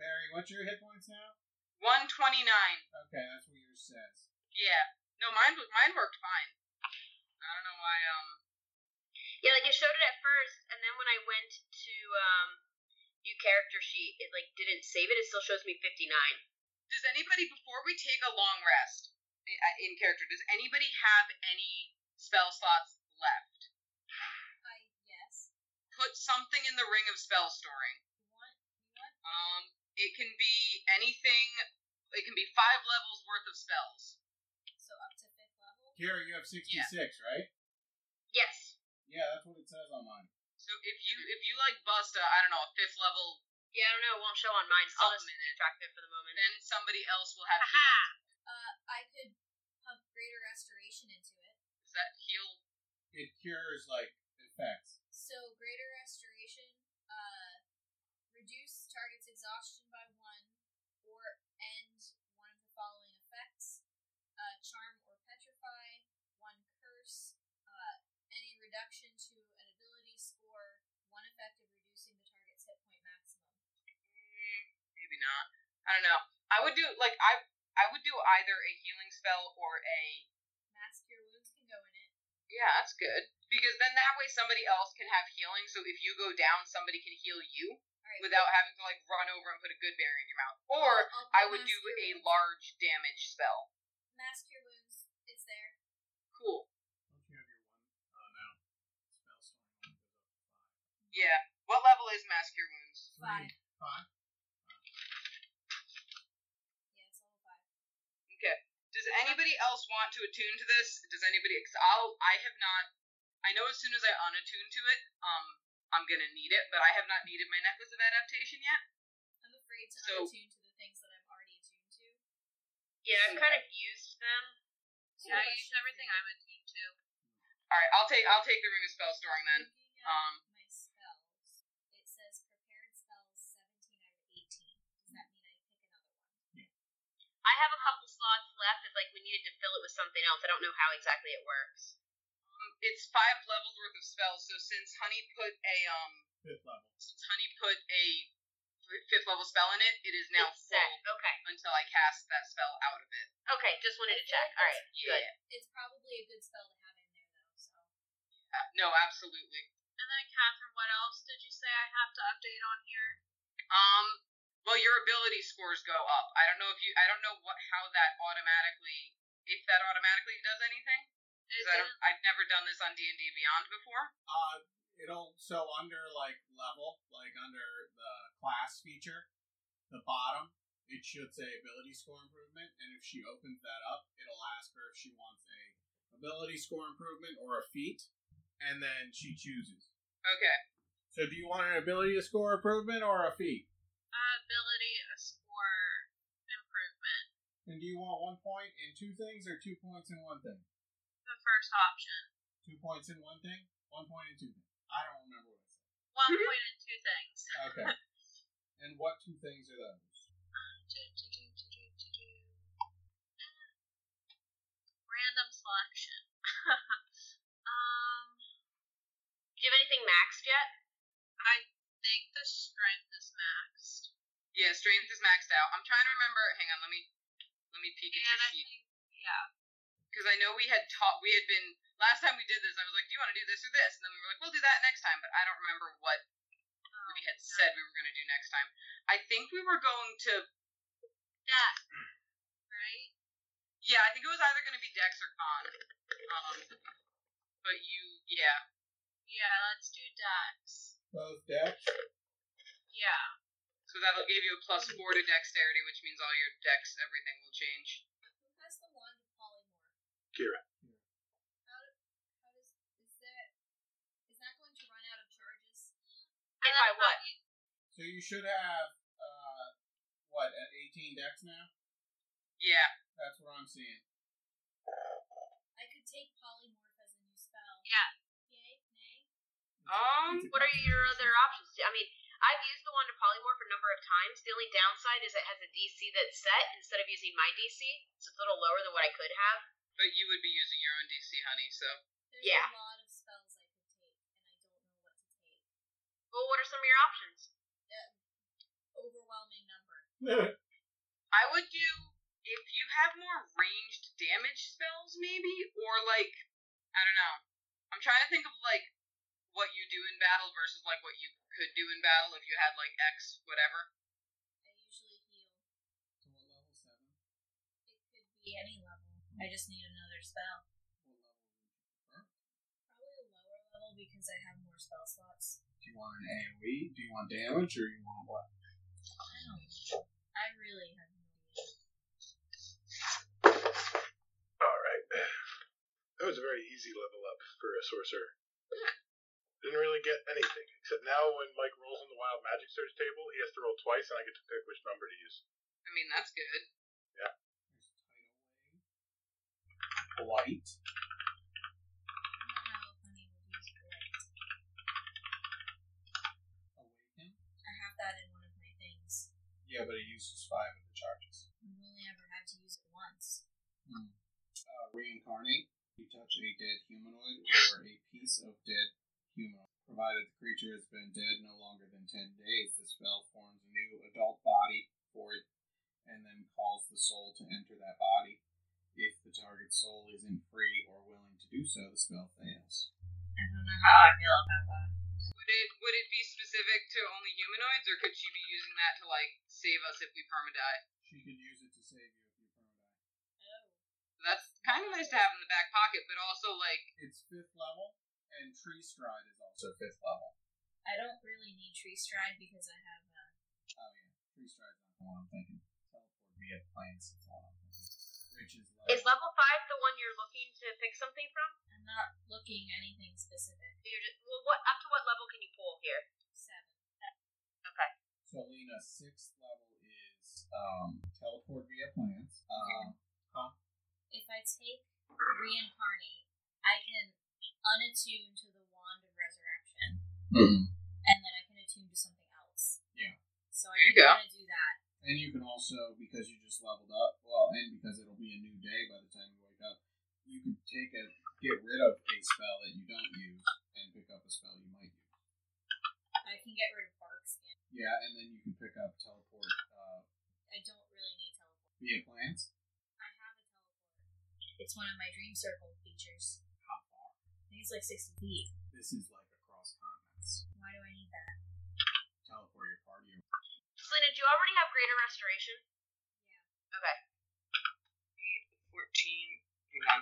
Speaker 4: Mary, what's your hit points now?
Speaker 3: one twenty nine.
Speaker 4: Okay, that's what yours says.
Speaker 3: Yeah. No, mine w- mine worked fine. I don't know why. Um.
Speaker 5: Yeah, like it showed it at first, and then when I went to um new character sheet, it like didn't save it. It still shows me fifty nine.
Speaker 3: Does anybody before we take a long rest i- uh, in character? Does anybody have any spell slots left?
Speaker 6: I yes.
Speaker 3: Put something in the ring of spell storing.
Speaker 6: You want you want
Speaker 3: Um, it can be anything. It can be five levels worth of spells.
Speaker 6: so up to fifth level.
Speaker 4: Kira, you have 66, right?
Speaker 5: Yes.
Speaker 4: Yeah, that's what it says on mine.
Speaker 3: So if you if you like bust a I don't know a fifth level,
Speaker 5: Yeah, I don't know. It won't show on mine. So I'll just
Speaker 3: Supplement it.
Speaker 5: subtract it for the moment.
Speaker 3: then somebody else will have.
Speaker 7: Aha!
Speaker 3: healed.
Speaker 6: Uh, I could pump greater restoration into it.
Speaker 3: Does that heal?
Speaker 4: It cures like effects.
Speaker 6: So greater restoration, uh, reduce target's exhaustion by one, or end one of the following effects: uh, charm or petrify, one curse, uh, any reduction to an ability score, one effect of reducing the target's hit point maximum.
Speaker 3: Mm, maybe not. I don't know. I would do like I I would do either a healing spell or a
Speaker 6: Mask your wounds can go in it.
Speaker 3: yeah. That's good because then that way somebody else can have healing. So if you go down, somebody can heal you
Speaker 6: All right.
Speaker 3: without having to like run over and put a good berry in your mouth. Or
Speaker 6: I'll- I'll put
Speaker 5: Oh,
Speaker 3: I would
Speaker 6: mask
Speaker 3: do a
Speaker 6: your wounds.
Speaker 3: large damage spell.
Speaker 6: Mask your wounds. It's there.
Speaker 3: Cool.
Speaker 4: Don't you have your one? Oh no. Spellstorm only goes up to five.
Speaker 3: Yeah. What level is mask your wounds?
Speaker 6: Five.
Speaker 4: Five?
Speaker 6: Yeah, it's level five.
Speaker 3: Does anybody else want to attune to this? Does anybody? Cause I'll. I have not. I know as soon as I unattune to it, um, I'm gonna need it. But I have not needed my necklace of adaptation yet.
Speaker 6: I'm afraid to
Speaker 3: So-
Speaker 6: unattune to the things that I'm already attuned to.
Speaker 5: Yeah, I've kind of used them.
Speaker 6: So
Speaker 7: Yeah, I
Speaker 6: I
Speaker 7: used
Speaker 6: should
Speaker 7: everything
Speaker 6: be
Speaker 7: I'm attuned to.
Speaker 3: All right. I'll take. I'll take the ring of spell storing then.
Speaker 6: looking at
Speaker 3: Um.
Speaker 6: my spells. It says prepared spells 17 out of 18. Does that mean I pick another one?
Speaker 5: I have a couple slots left if like we needed to fill it with something else. I don't know how exactly it works.
Speaker 3: Um, it's five levels worth of spells. So since Honey put a um,
Speaker 4: Fifth level.
Speaker 3: since Honey put a fifth level spell in it, it is now
Speaker 5: It's
Speaker 3: full
Speaker 5: set. Okay.
Speaker 3: until I cast that spell out of it.
Speaker 5: Okay, just wanted
Speaker 6: I
Speaker 5: to
Speaker 6: feel
Speaker 5: check.
Speaker 6: like
Speaker 5: All right. Good.
Speaker 3: Yeah.
Speaker 6: It's probably a good spell to have in there though, so.
Speaker 3: Uh, no, absolutely.
Speaker 7: And then, Catherine, what else did you say I have to update on here?
Speaker 3: Um, well, your ability scores go up. I don't know if you. I don't know what how that automatically. If that automatically does anything,
Speaker 7: It
Speaker 3: 'Cause I don't.
Speaker 7: didn't-
Speaker 3: I've never done this on D and D Beyond before.
Speaker 4: Uh, it'll so under like level, like under the class feature, the bottom, it should say ability score improvement, and if she opens that up, it'll ask her if she wants a ability score improvement or a feat, and then she chooses.
Speaker 3: Okay.
Speaker 4: So, do you want an ability score improvement or a feat?
Speaker 7: Uh, ability score improvement.
Speaker 4: And do you want one point in two things or two points in one thing?
Speaker 7: The first option.
Speaker 4: Two points in one thing, one point in two things. I don't remember what I said.
Speaker 7: One point in two things.
Speaker 4: Okay. and what two things are those?
Speaker 7: Random selection. um,
Speaker 5: Do you have anything maxed yet?
Speaker 7: I think the strength is maxed.
Speaker 3: Yeah, strength is maxed out. I'm trying to remember. Hang on. Let me. Let me peek at
Speaker 7: And
Speaker 3: your
Speaker 7: I
Speaker 3: sheet.
Speaker 7: think, yeah.
Speaker 3: because I know we had taught we had been last time we did this. I was like, "Do you want to do this or this?" And then we were like, "We'll do that next time." But I don't remember what
Speaker 7: Oh,
Speaker 3: we had said we were going to do next time. I think we were going to.
Speaker 7: Deck, right?
Speaker 3: Yeah, I think it was either going to be Dex or Con. Um, but you, yeah,
Speaker 7: Yeah, let's do decks.
Speaker 4: Both decks?
Speaker 7: Yeah.
Speaker 3: so that'll give you a plus four to Dexterity, which means all your Dex everything will change.
Speaker 6: Who has the wand of polymorph?
Speaker 8: Kira.
Speaker 6: How, do- how does, is that, is that going to run out of charges?
Speaker 5: If I
Speaker 7: what?
Speaker 5: what?
Speaker 4: So you should have uh what, at eighteen decks now?
Speaker 3: Yeah,
Speaker 4: That's what I'm seeing.
Speaker 6: I could take polymorph as a new spell.
Speaker 7: Yeah.
Speaker 6: Yay, nay.
Speaker 3: Um,
Speaker 5: What are your other options? I mean, I've used the wand of polymorph a number of times. The only downside is it has a DC that's set instead of using my DC, so it's a little lower than what I could have.
Speaker 3: but you would be using your own DC, honey. So
Speaker 6: There's
Speaker 5: Yeah.
Speaker 6: a lot of spells I could take, and I don't know what to take.
Speaker 5: Well, what are some of your options?
Speaker 6: Overwhelming number.
Speaker 3: I would do if you have more ranged damage spells, maybe, or like I don't know. I'm trying to think of like what you do in battle versus like what you could do in battle if you had like X whatever.
Speaker 6: I usually heal.
Speaker 4: So what level seven?
Speaker 6: It could be any level. I just need another spell.
Speaker 4: What level would you prefer?
Speaker 6: Probably a lower level because I have more spell slots.
Speaker 4: Do you want an AoE? Do you want damage or you want what?
Speaker 6: I don't know. I really have no idea.
Speaker 8: All right. That was a very easy level up for a sorcerer. Didn't really get anything except now when Mike rolls on the wild magic search table, he has to roll twice, and I get to pick which number to use.
Speaker 3: I mean that's good.
Speaker 4: There's tidal wave. blight. Awaken?
Speaker 6: I have that in one of my things.
Speaker 4: Yeah, but it uses five of the charges.
Speaker 6: I've only ever had to use it once.
Speaker 4: Uh, reincarnate. You touch a dead humanoid or a piece of dead humanoid. Provided the creature has been dead no longer than 10 days, the spell forms a new adult body for it and then calls the soul to enter that body. If the target soul isn't free or willing to do so, the spell fails.
Speaker 6: I don't know how I feel about that.
Speaker 3: Would it would it be specific to only humanoids, or could she be using that to like save us if we permadie?
Speaker 4: She could use it to save you if you permadie.
Speaker 3: That's kind of nice to have in the back pocket, but also like
Speaker 4: It's fifth level, and Tree Stride is also fifth level.
Speaker 6: I don't really need tree stride because I have uh,
Speaker 4: Oh yeah, Tree Stride's not the one I'm thinking. Teleport via plants is the one I'm thinking. Which is like
Speaker 5: Is level five the one you're looking to pick something from?
Speaker 6: I'm not looking anything specific.
Speaker 5: You're just, well, what up to what level can you pull here?
Speaker 6: Seven.
Speaker 4: So Lena, sixth level is um, teleport via plants. Um,
Speaker 6: If I take reincarnate, I can unattune to the wand of resurrection, and then I can attune to something else.
Speaker 4: Yeah.
Speaker 6: So I
Speaker 3: There you
Speaker 6: really
Speaker 3: go.
Speaker 6: want to do that.
Speaker 4: And you can also, because you just leveled up, well, and because it'll be a new day by the time you wake up, you can take a get rid of a spell that you don't use and pick up a spell you might use.
Speaker 6: I can get rid of bark skin.
Speaker 4: Yeah, and then you can pick up teleport uh,
Speaker 6: I don't really need teleport.
Speaker 4: via plants.
Speaker 6: I have a teleport. It's one of my dream circle features.
Speaker 4: How far?
Speaker 6: I think it's like 60 feet.
Speaker 4: This is like across continents.
Speaker 6: Why do I need that?
Speaker 4: Teleport your party.
Speaker 5: Selena, do you already have greater restoration?
Speaker 3: 14. Hang on.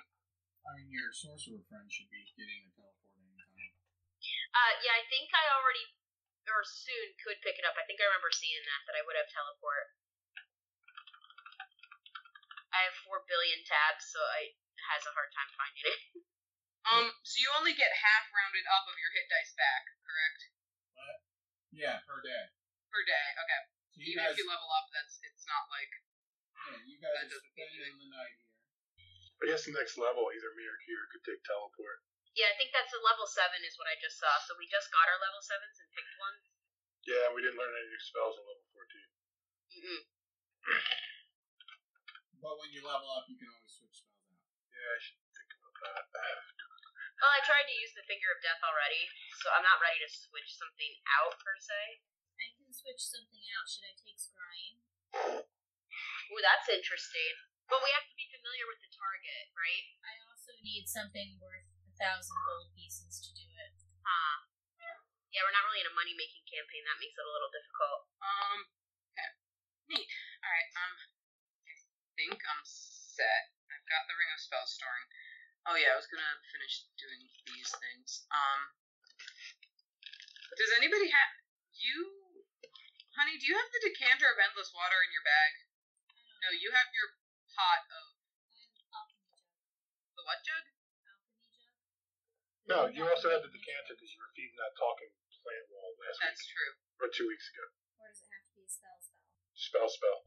Speaker 4: I mean, your sorcerer friend should be getting a teleport anytime.
Speaker 5: Uh, yeah, I think I already or soon could pick it up. I think I remember seeing that that I would have teleport. I have four billion tabs, so I it has a hard time finding it.
Speaker 3: Um, so you only get half rounded up of your hit dice back, correct?
Speaker 4: Yeah, per day.
Speaker 3: Per day. Okay.
Speaker 4: So you
Speaker 3: Even
Speaker 4: guys,
Speaker 3: if you level up, that's it's not like
Speaker 4: yeah, you guys
Speaker 3: that
Speaker 4: are
Speaker 3: doesn't mean
Speaker 4: spending the night here.
Speaker 8: I guess the next level, either me or Kira could take teleport.
Speaker 5: Yeah, I think that's a level seven is what I just saw. So we just got our level sevens and picked one.
Speaker 8: Yeah, we didn't learn any new spells on level 14.
Speaker 3: mm-mm.
Speaker 4: But when you level up, you can always switch spells out.
Speaker 8: Yeah, I should think about that.
Speaker 5: Well, I tried to use the finger of death already, so I'm not ready to switch something out per se.
Speaker 6: I can switch something out. Should I take scrying?
Speaker 5: Ooh, that's interesting. But we have to be familiar with the target, right?
Speaker 6: I also need something worth a thousand gold pieces to do it.
Speaker 5: Huh. Yeah, we're not really in a money making campaign. That makes it a little difficult.
Speaker 3: Um. Okay. Neat. All right. Um. I think I'm set. I've got the ring of spell storing. Oh yeah, I was gonna finish doing these things. Um. Does anybody have you, honey? Do you have the decanter of endless water in your bag? No, you have your pot of the what jug?
Speaker 8: No, you also had the decanter because you were feeding that talking plant wall last
Speaker 3: That's
Speaker 8: week.
Speaker 3: true.
Speaker 8: Or two weeks ago.
Speaker 6: Or does it have to be a spell spell?
Speaker 8: Spell, spell.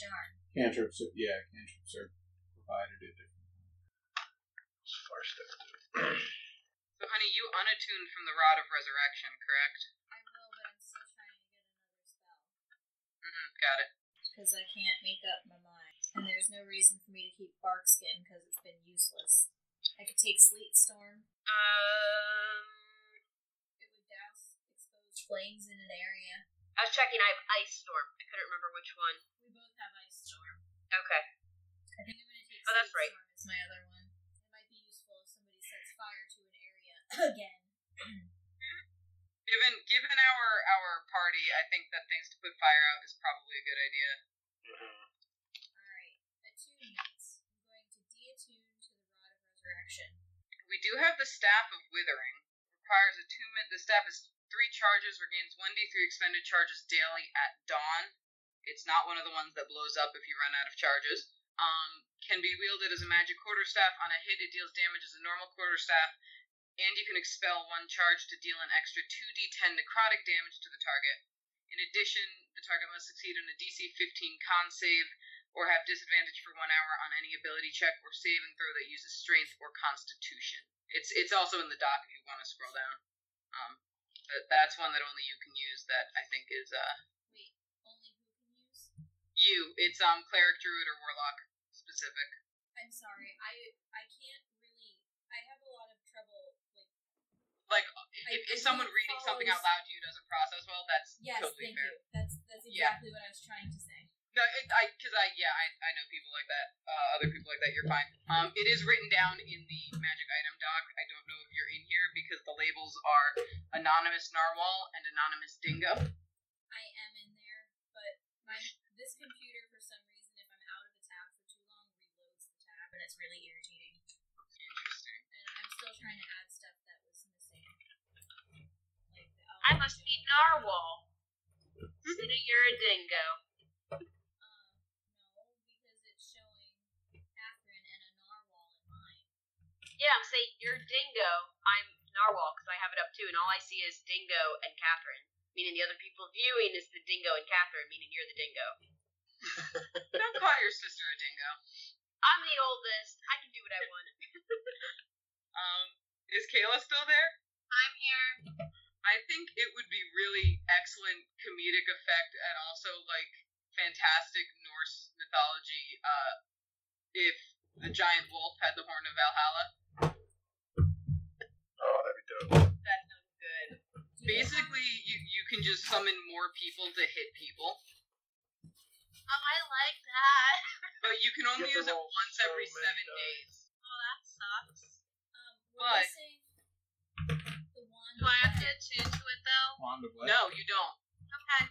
Speaker 6: Darn.
Speaker 4: Cantrip, ser- yeah, cantrip serve provided it.
Speaker 8: It's far stuff.
Speaker 3: So, honey, you unattuned from the rod of resurrection, correct?
Speaker 6: I will, but I'm still trying to get another spell.
Speaker 3: Mm-hmm, got it.
Speaker 6: Because I can't make up my mind. And there's no reason for me to keep bark skin because it's been useless. I could take sleet storm.
Speaker 5: Um,
Speaker 6: It would douse exposed flames in an area.
Speaker 5: I was checking. I have ice storm. I couldn't remember which one.
Speaker 6: We both have ice storm.
Speaker 5: Okay.
Speaker 6: I think I'm gonna take
Speaker 5: Oh, that's
Speaker 6: sleet
Speaker 5: right.
Speaker 6: storm as my other one. It might be useful if somebody sets fire to an area again.
Speaker 3: Given given our our party, I think that things to put fire out is probably a good idea.
Speaker 8: Mm-hmm.
Speaker 6: Alright. Attunement. I'm going to deattune to the rod of resurrection.
Speaker 3: We do have the staff of withering. Requires attunement. The staff is three charges, regains one d3 expended charges daily at dawn. It's not one of the ones that blows up if you run out of charges. Um, can be wielded as a magic quarterstaff. On a hit, it deals damage as a normal quarterstaff, and you can expel one charge to deal an extra 2d10 necrotic damage to the target. In addition, the target must succeed on a DC 15 con save or have disadvantage for one hour on any ability check or saving throw that uses strength or constitution. It's it's also in the doc if you want to scroll down. Um, but that's one that only you can use. That I think is uh
Speaker 6: Wait, only who can use?
Speaker 3: you. It's um cleric, druid, or warlock specific.
Speaker 6: I'm sorry, I I can't really. I have a lot of trouble. Like
Speaker 3: Like
Speaker 6: I-
Speaker 3: if, if
Speaker 6: I
Speaker 3: someone
Speaker 6: think it
Speaker 3: reading something out
Speaker 6: follows-
Speaker 3: loud to you doesn't process well, that's
Speaker 6: yes,
Speaker 3: totally
Speaker 6: thank
Speaker 3: fair.
Speaker 6: you. That's that's
Speaker 3: Yeah.
Speaker 6: exactly what I was trying to say.
Speaker 3: No, it, I because I yeah I, I know people like that, uh, other people like that. You're fine. Um, it is written down in the magic item doc. I don't know if you're in here because the labels are anonymous narwhal and anonymous dingo.
Speaker 6: I am in there, but my this computer for some reason, if I'm out of a tab for too long, reloads the tab, and it's really irritating.
Speaker 3: Interesting.
Speaker 6: And I'm still trying to add stuff that was missing. Like the
Speaker 5: I must be narwhal. Instead of you're a dingo.
Speaker 6: Um, no, because it's showing Catherine and a narwhal in mine.
Speaker 5: Yeah, I'm saying you're dingo. I'm narwhal because I have it up too, and all I see is dingo and Catherine. Meaning the other people viewing is the dingo and Catherine. Meaning you're the dingo.
Speaker 3: Don't call your sister a dingo.
Speaker 5: I'm the oldest. I can do what I want.
Speaker 3: Um, is Kayla still there?
Speaker 7: I'm here.
Speaker 3: I think it would be really excellent comedic effect and also like fantastic Norse mythology. Uh, if the giant wolf had the horn of Valhalla,
Speaker 2: Oh, that'd be dope.
Speaker 3: that sounds good.
Speaker 6: Do you have-
Speaker 3: Basically, you you can just summon more people to hit people,
Speaker 7: Oh, I like that.
Speaker 3: but you can only
Speaker 2: Get to
Speaker 3: use it
Speaker 2: roll
Speaker 3: once
Speaker 2: so
Speaker 3: every
Speaker 2: many
Speaker 3: seven
Speaker 2: dice.
Speaker 3: days.
Speaker 7: Oh, that sucks.
Speaker 6: um, we're
Speaker 3: But-
Speaker 6: missing the one.
Speaker 7: Do I have to
Speaker 6: that-
Speaker 7: attune to it though?
Speaker 4: Wand of what?
Speaker 3: No, you don't.
Speaker 7: Okay.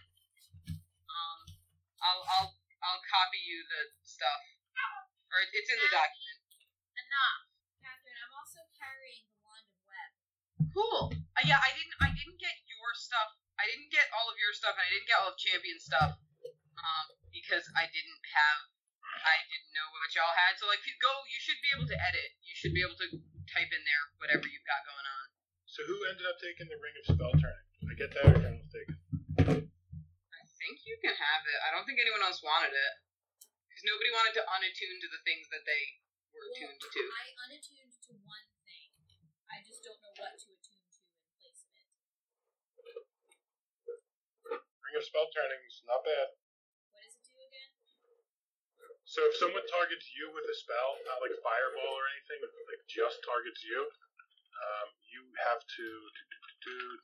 Speaker 3: Um, I'll I'll I'll copy you the stuff, or it- it's in the document.
Speaker 7: Enough.
Speaker 6: Catherine, I'm also carrying the wand of web.
Speaker 3: Cool. Uh, yeah, I didn't. I didn't get your stuff. I didn't get all of your stuff, and I didn't get all of Champion stuff, um, because I didn't have. I didn't know what y'all had. So like, you go. You should be able to edit. You should be able to type in there whatever you've got going on.
Speaker 2: So who ended up taking the ring of spell turning? I get that or Kenneth take it.
Speaker 3: I think you can have it. I don't think anyone else wanted it because nobody wanted to unattune to the things that they were
Speaker 6: Well,
Speaker 3: attuned to.
Speaker 6: I unattuned to one thing. I just don't know what to attune to in place of it.
Speaker 2: Ring of spell turning's not bad.
Speaker 6: What does it do again?
Speaker 2: So if someone targets you with a spell, not like fireball or anything, but like just targets you, um, you have to do, do, do-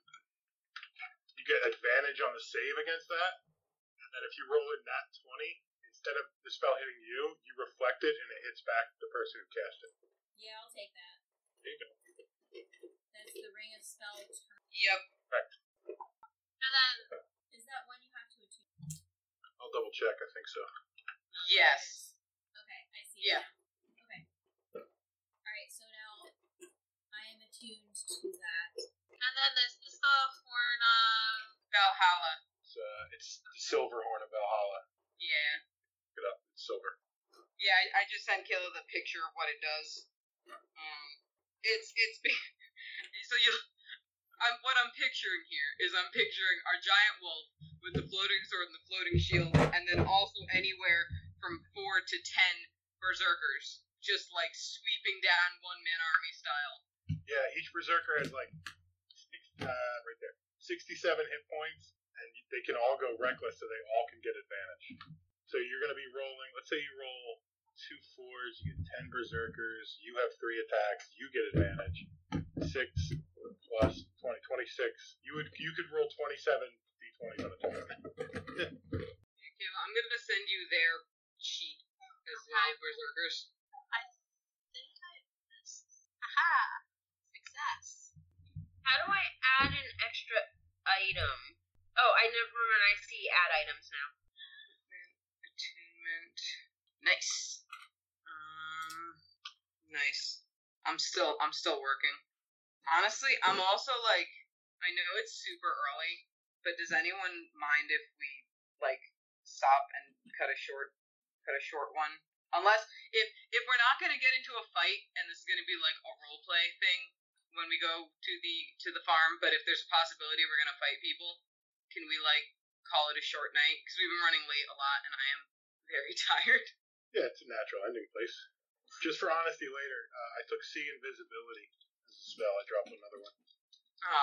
Speaker 2: you get advantage on the save against that, and then if you roll a nat twenty, instead of the spell hitting you, you reflect it and it hits back the person who cast it.
Speaker 6: Yeah, I'll take that.
Speaker 2: There you go.
Speaker 6: That's the ring of spell. Turn.
Speaker 3: Yep.
Speaker 7: And then
Speaker 6: Is that one you have to attune?
Speaker 2: I'll double check. I think so.
Speaker 6: Oh, there it
Speaker 3: Yes.
Speaker 6: is. Okay, I see.
Speaker 3: Yeah.
Speaker 6: It now. Okay. All right. So now I am attuned to that.
Speaker 7: and then this is the horn of
Speaker 3: Valhalla.
Speaker 2: It's uh, it's the silver horn of Valhalla.
Speaker 3: Yeah.
Speaker 2: Look it up. It's silver.
Speaker 3: Yeah, I, I just sent Kayla the picture of what it does. Um, it's it's be- so you. I'm, what I'm picturing here is I'm picturing our giant wolf with the floating sword and the floating shield, and then also anywhere from four to ten berserkers, just like sweeping down one man army style.
Speaker 2: Yeah, each berserker has like six, uh, right there, sixty-seven hit points, and you- they can all go reckless, so they all can get advantage. So you're going to be rolling. Let's say you roll two fours, you get ten berserkers. You have three attacks. You get advantage. Six plus 20, 26. You would you could roll twenty-seven d20s on a tournament.
Speaker 3: Okay, Kayla, I'm gonna send you their sheet as well, berserkers.
Speaker 7: Uh-huh. think I missed. Aha! Success.
Speaker 5: How do I add an extra item? Oh, I never mind. I see add items now.
Speaker 3: attunement. Nice. Um, nice. I'm still I'm still working. Honestly, I'm also like I know it's super early, but does anyone mind if we like stop and cut a short cut a short one? Unless if if we're not gonna get into a fight and this is gonna be like a role play thing when we go to the to the farm, but if there's a possibility we're gonna fight people, can we like call it a short night? Because we've been running late a lot, and I am very tired.
Speaker 8: Yeah, it's a natural ending place. Just for honesty, later uh, I took C invisibility as a spell. I dropped another one.
Speaker 3: Oh,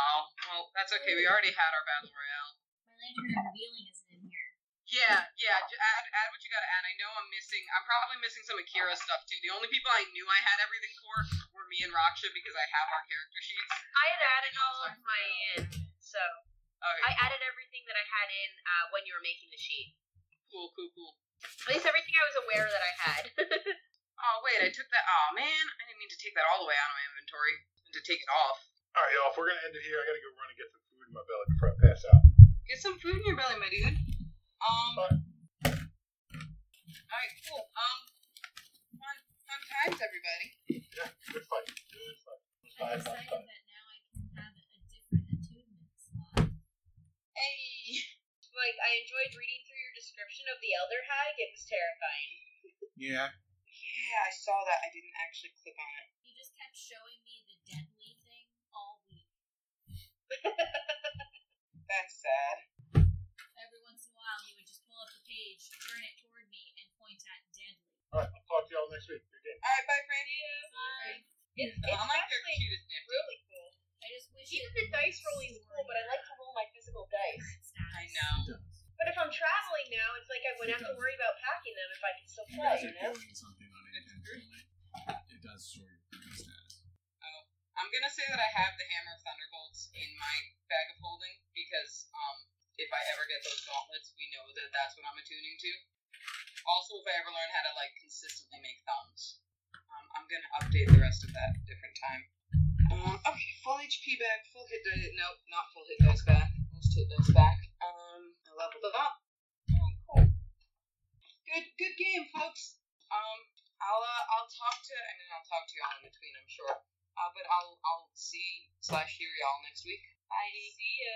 Speaker 3: well, that's okay. We already had our battle royale.
Speaker 6: My lantern of revealing isn't in here.
Speaker 3: Yeah, yeah. j- Add, add what you gotta add. I know I'm missing. I'm probably missing some Akira stuff too. The only people I knew I had everything for were me and Raksha because I have our character sheets.
Speaker 5: I had added all of my in, so
Speaker 3: Okay,
Speaker 5: I added everything that I had in uh, when you were making the sheet.
Speaker 3: cool, cool, cool.
Speaker 5: At least everything I was aware that I had.
Speaker 3: Oh wait, I took that. Oh man, I didn't mean to take that all the way out of my inventory. I meant to take it off.
Speaker 8: All right, y'all. If we're gonna end it here, I gotta go run and get some food in my belly before I pass out.
Speaker 3: Get some food in your belly, my dude. Um.
Speaker 8: Alright.
Speaker 3: Alright, cool. Um. Fun, fun times, everybody.
Speaker 8: Good fight. Good fight.
Speaker 6: I
Speaker 8: Bye, bye, bye.
Speaker 6: decided that now I can have a different attunement slot.
Speaker 5: hey, Mike, I enjoyed reading through your description of the Elder Hag. It was terrifying.
Speaker 4: Yeah.
Speaker 3: Yeah, I saw that. I didn't actually click on it.
Speaker 6: You just kept showing me the deadly thing all week.
Speaker 3: That's sad.
Speaker 6: Every once in a while, he would just pull up the page, turn it toward me, and point at deadly.
Speaker 8: All right. I'll talk to y'all next week. Good game.
Speaker 3: Alright, bye, friend.
Speaker 6: Bye.
Speaker 5: It's, it's
Speaker 3: I like their
Speaker 5: actually
Speaker 3: cutest name.
Speaker 5: really cool.
Speaker 6: I just wish it
Speaker 5: Even the
Speaker 6: would
Speaker 5: dice rolling is cool, but I like to roll my physical dice.
Speaker 6: current status.
Speaker 3: I know.
Speaker 5: But if I'm traveling now, it's like I wouldn't have to worry about packing them if I can still
Speaker 9: You
Speaker 5: play,
Speaker 9: guys
Speaker 5: you
Speaker 9: are
Speaker 5: know?
Speaker 9: doing something unintentionally. It does store your movement status.
Speaker 3: I'm gonna say that I have the hammer of thunderbolts in my bag of holding because um, if I ever get those gauntlets, we know that that's what I'm attuning to. Also, if I ever learn how to like consistently make thumbs, um, I'm gonna update the rest of that different time. Um, okay, full HP back, full hit dice. No, not full hit dice back. Most hit dice back. Um, I leveled it up. Oh, cool. Good, good game, folks. Um, I'll uh, I'll talk to. I mean, I'll talk to y'all in between. I'm sure. Uh, but I'll I'll see slash hear y'all next week. Bye.
Speaker 5: See ya.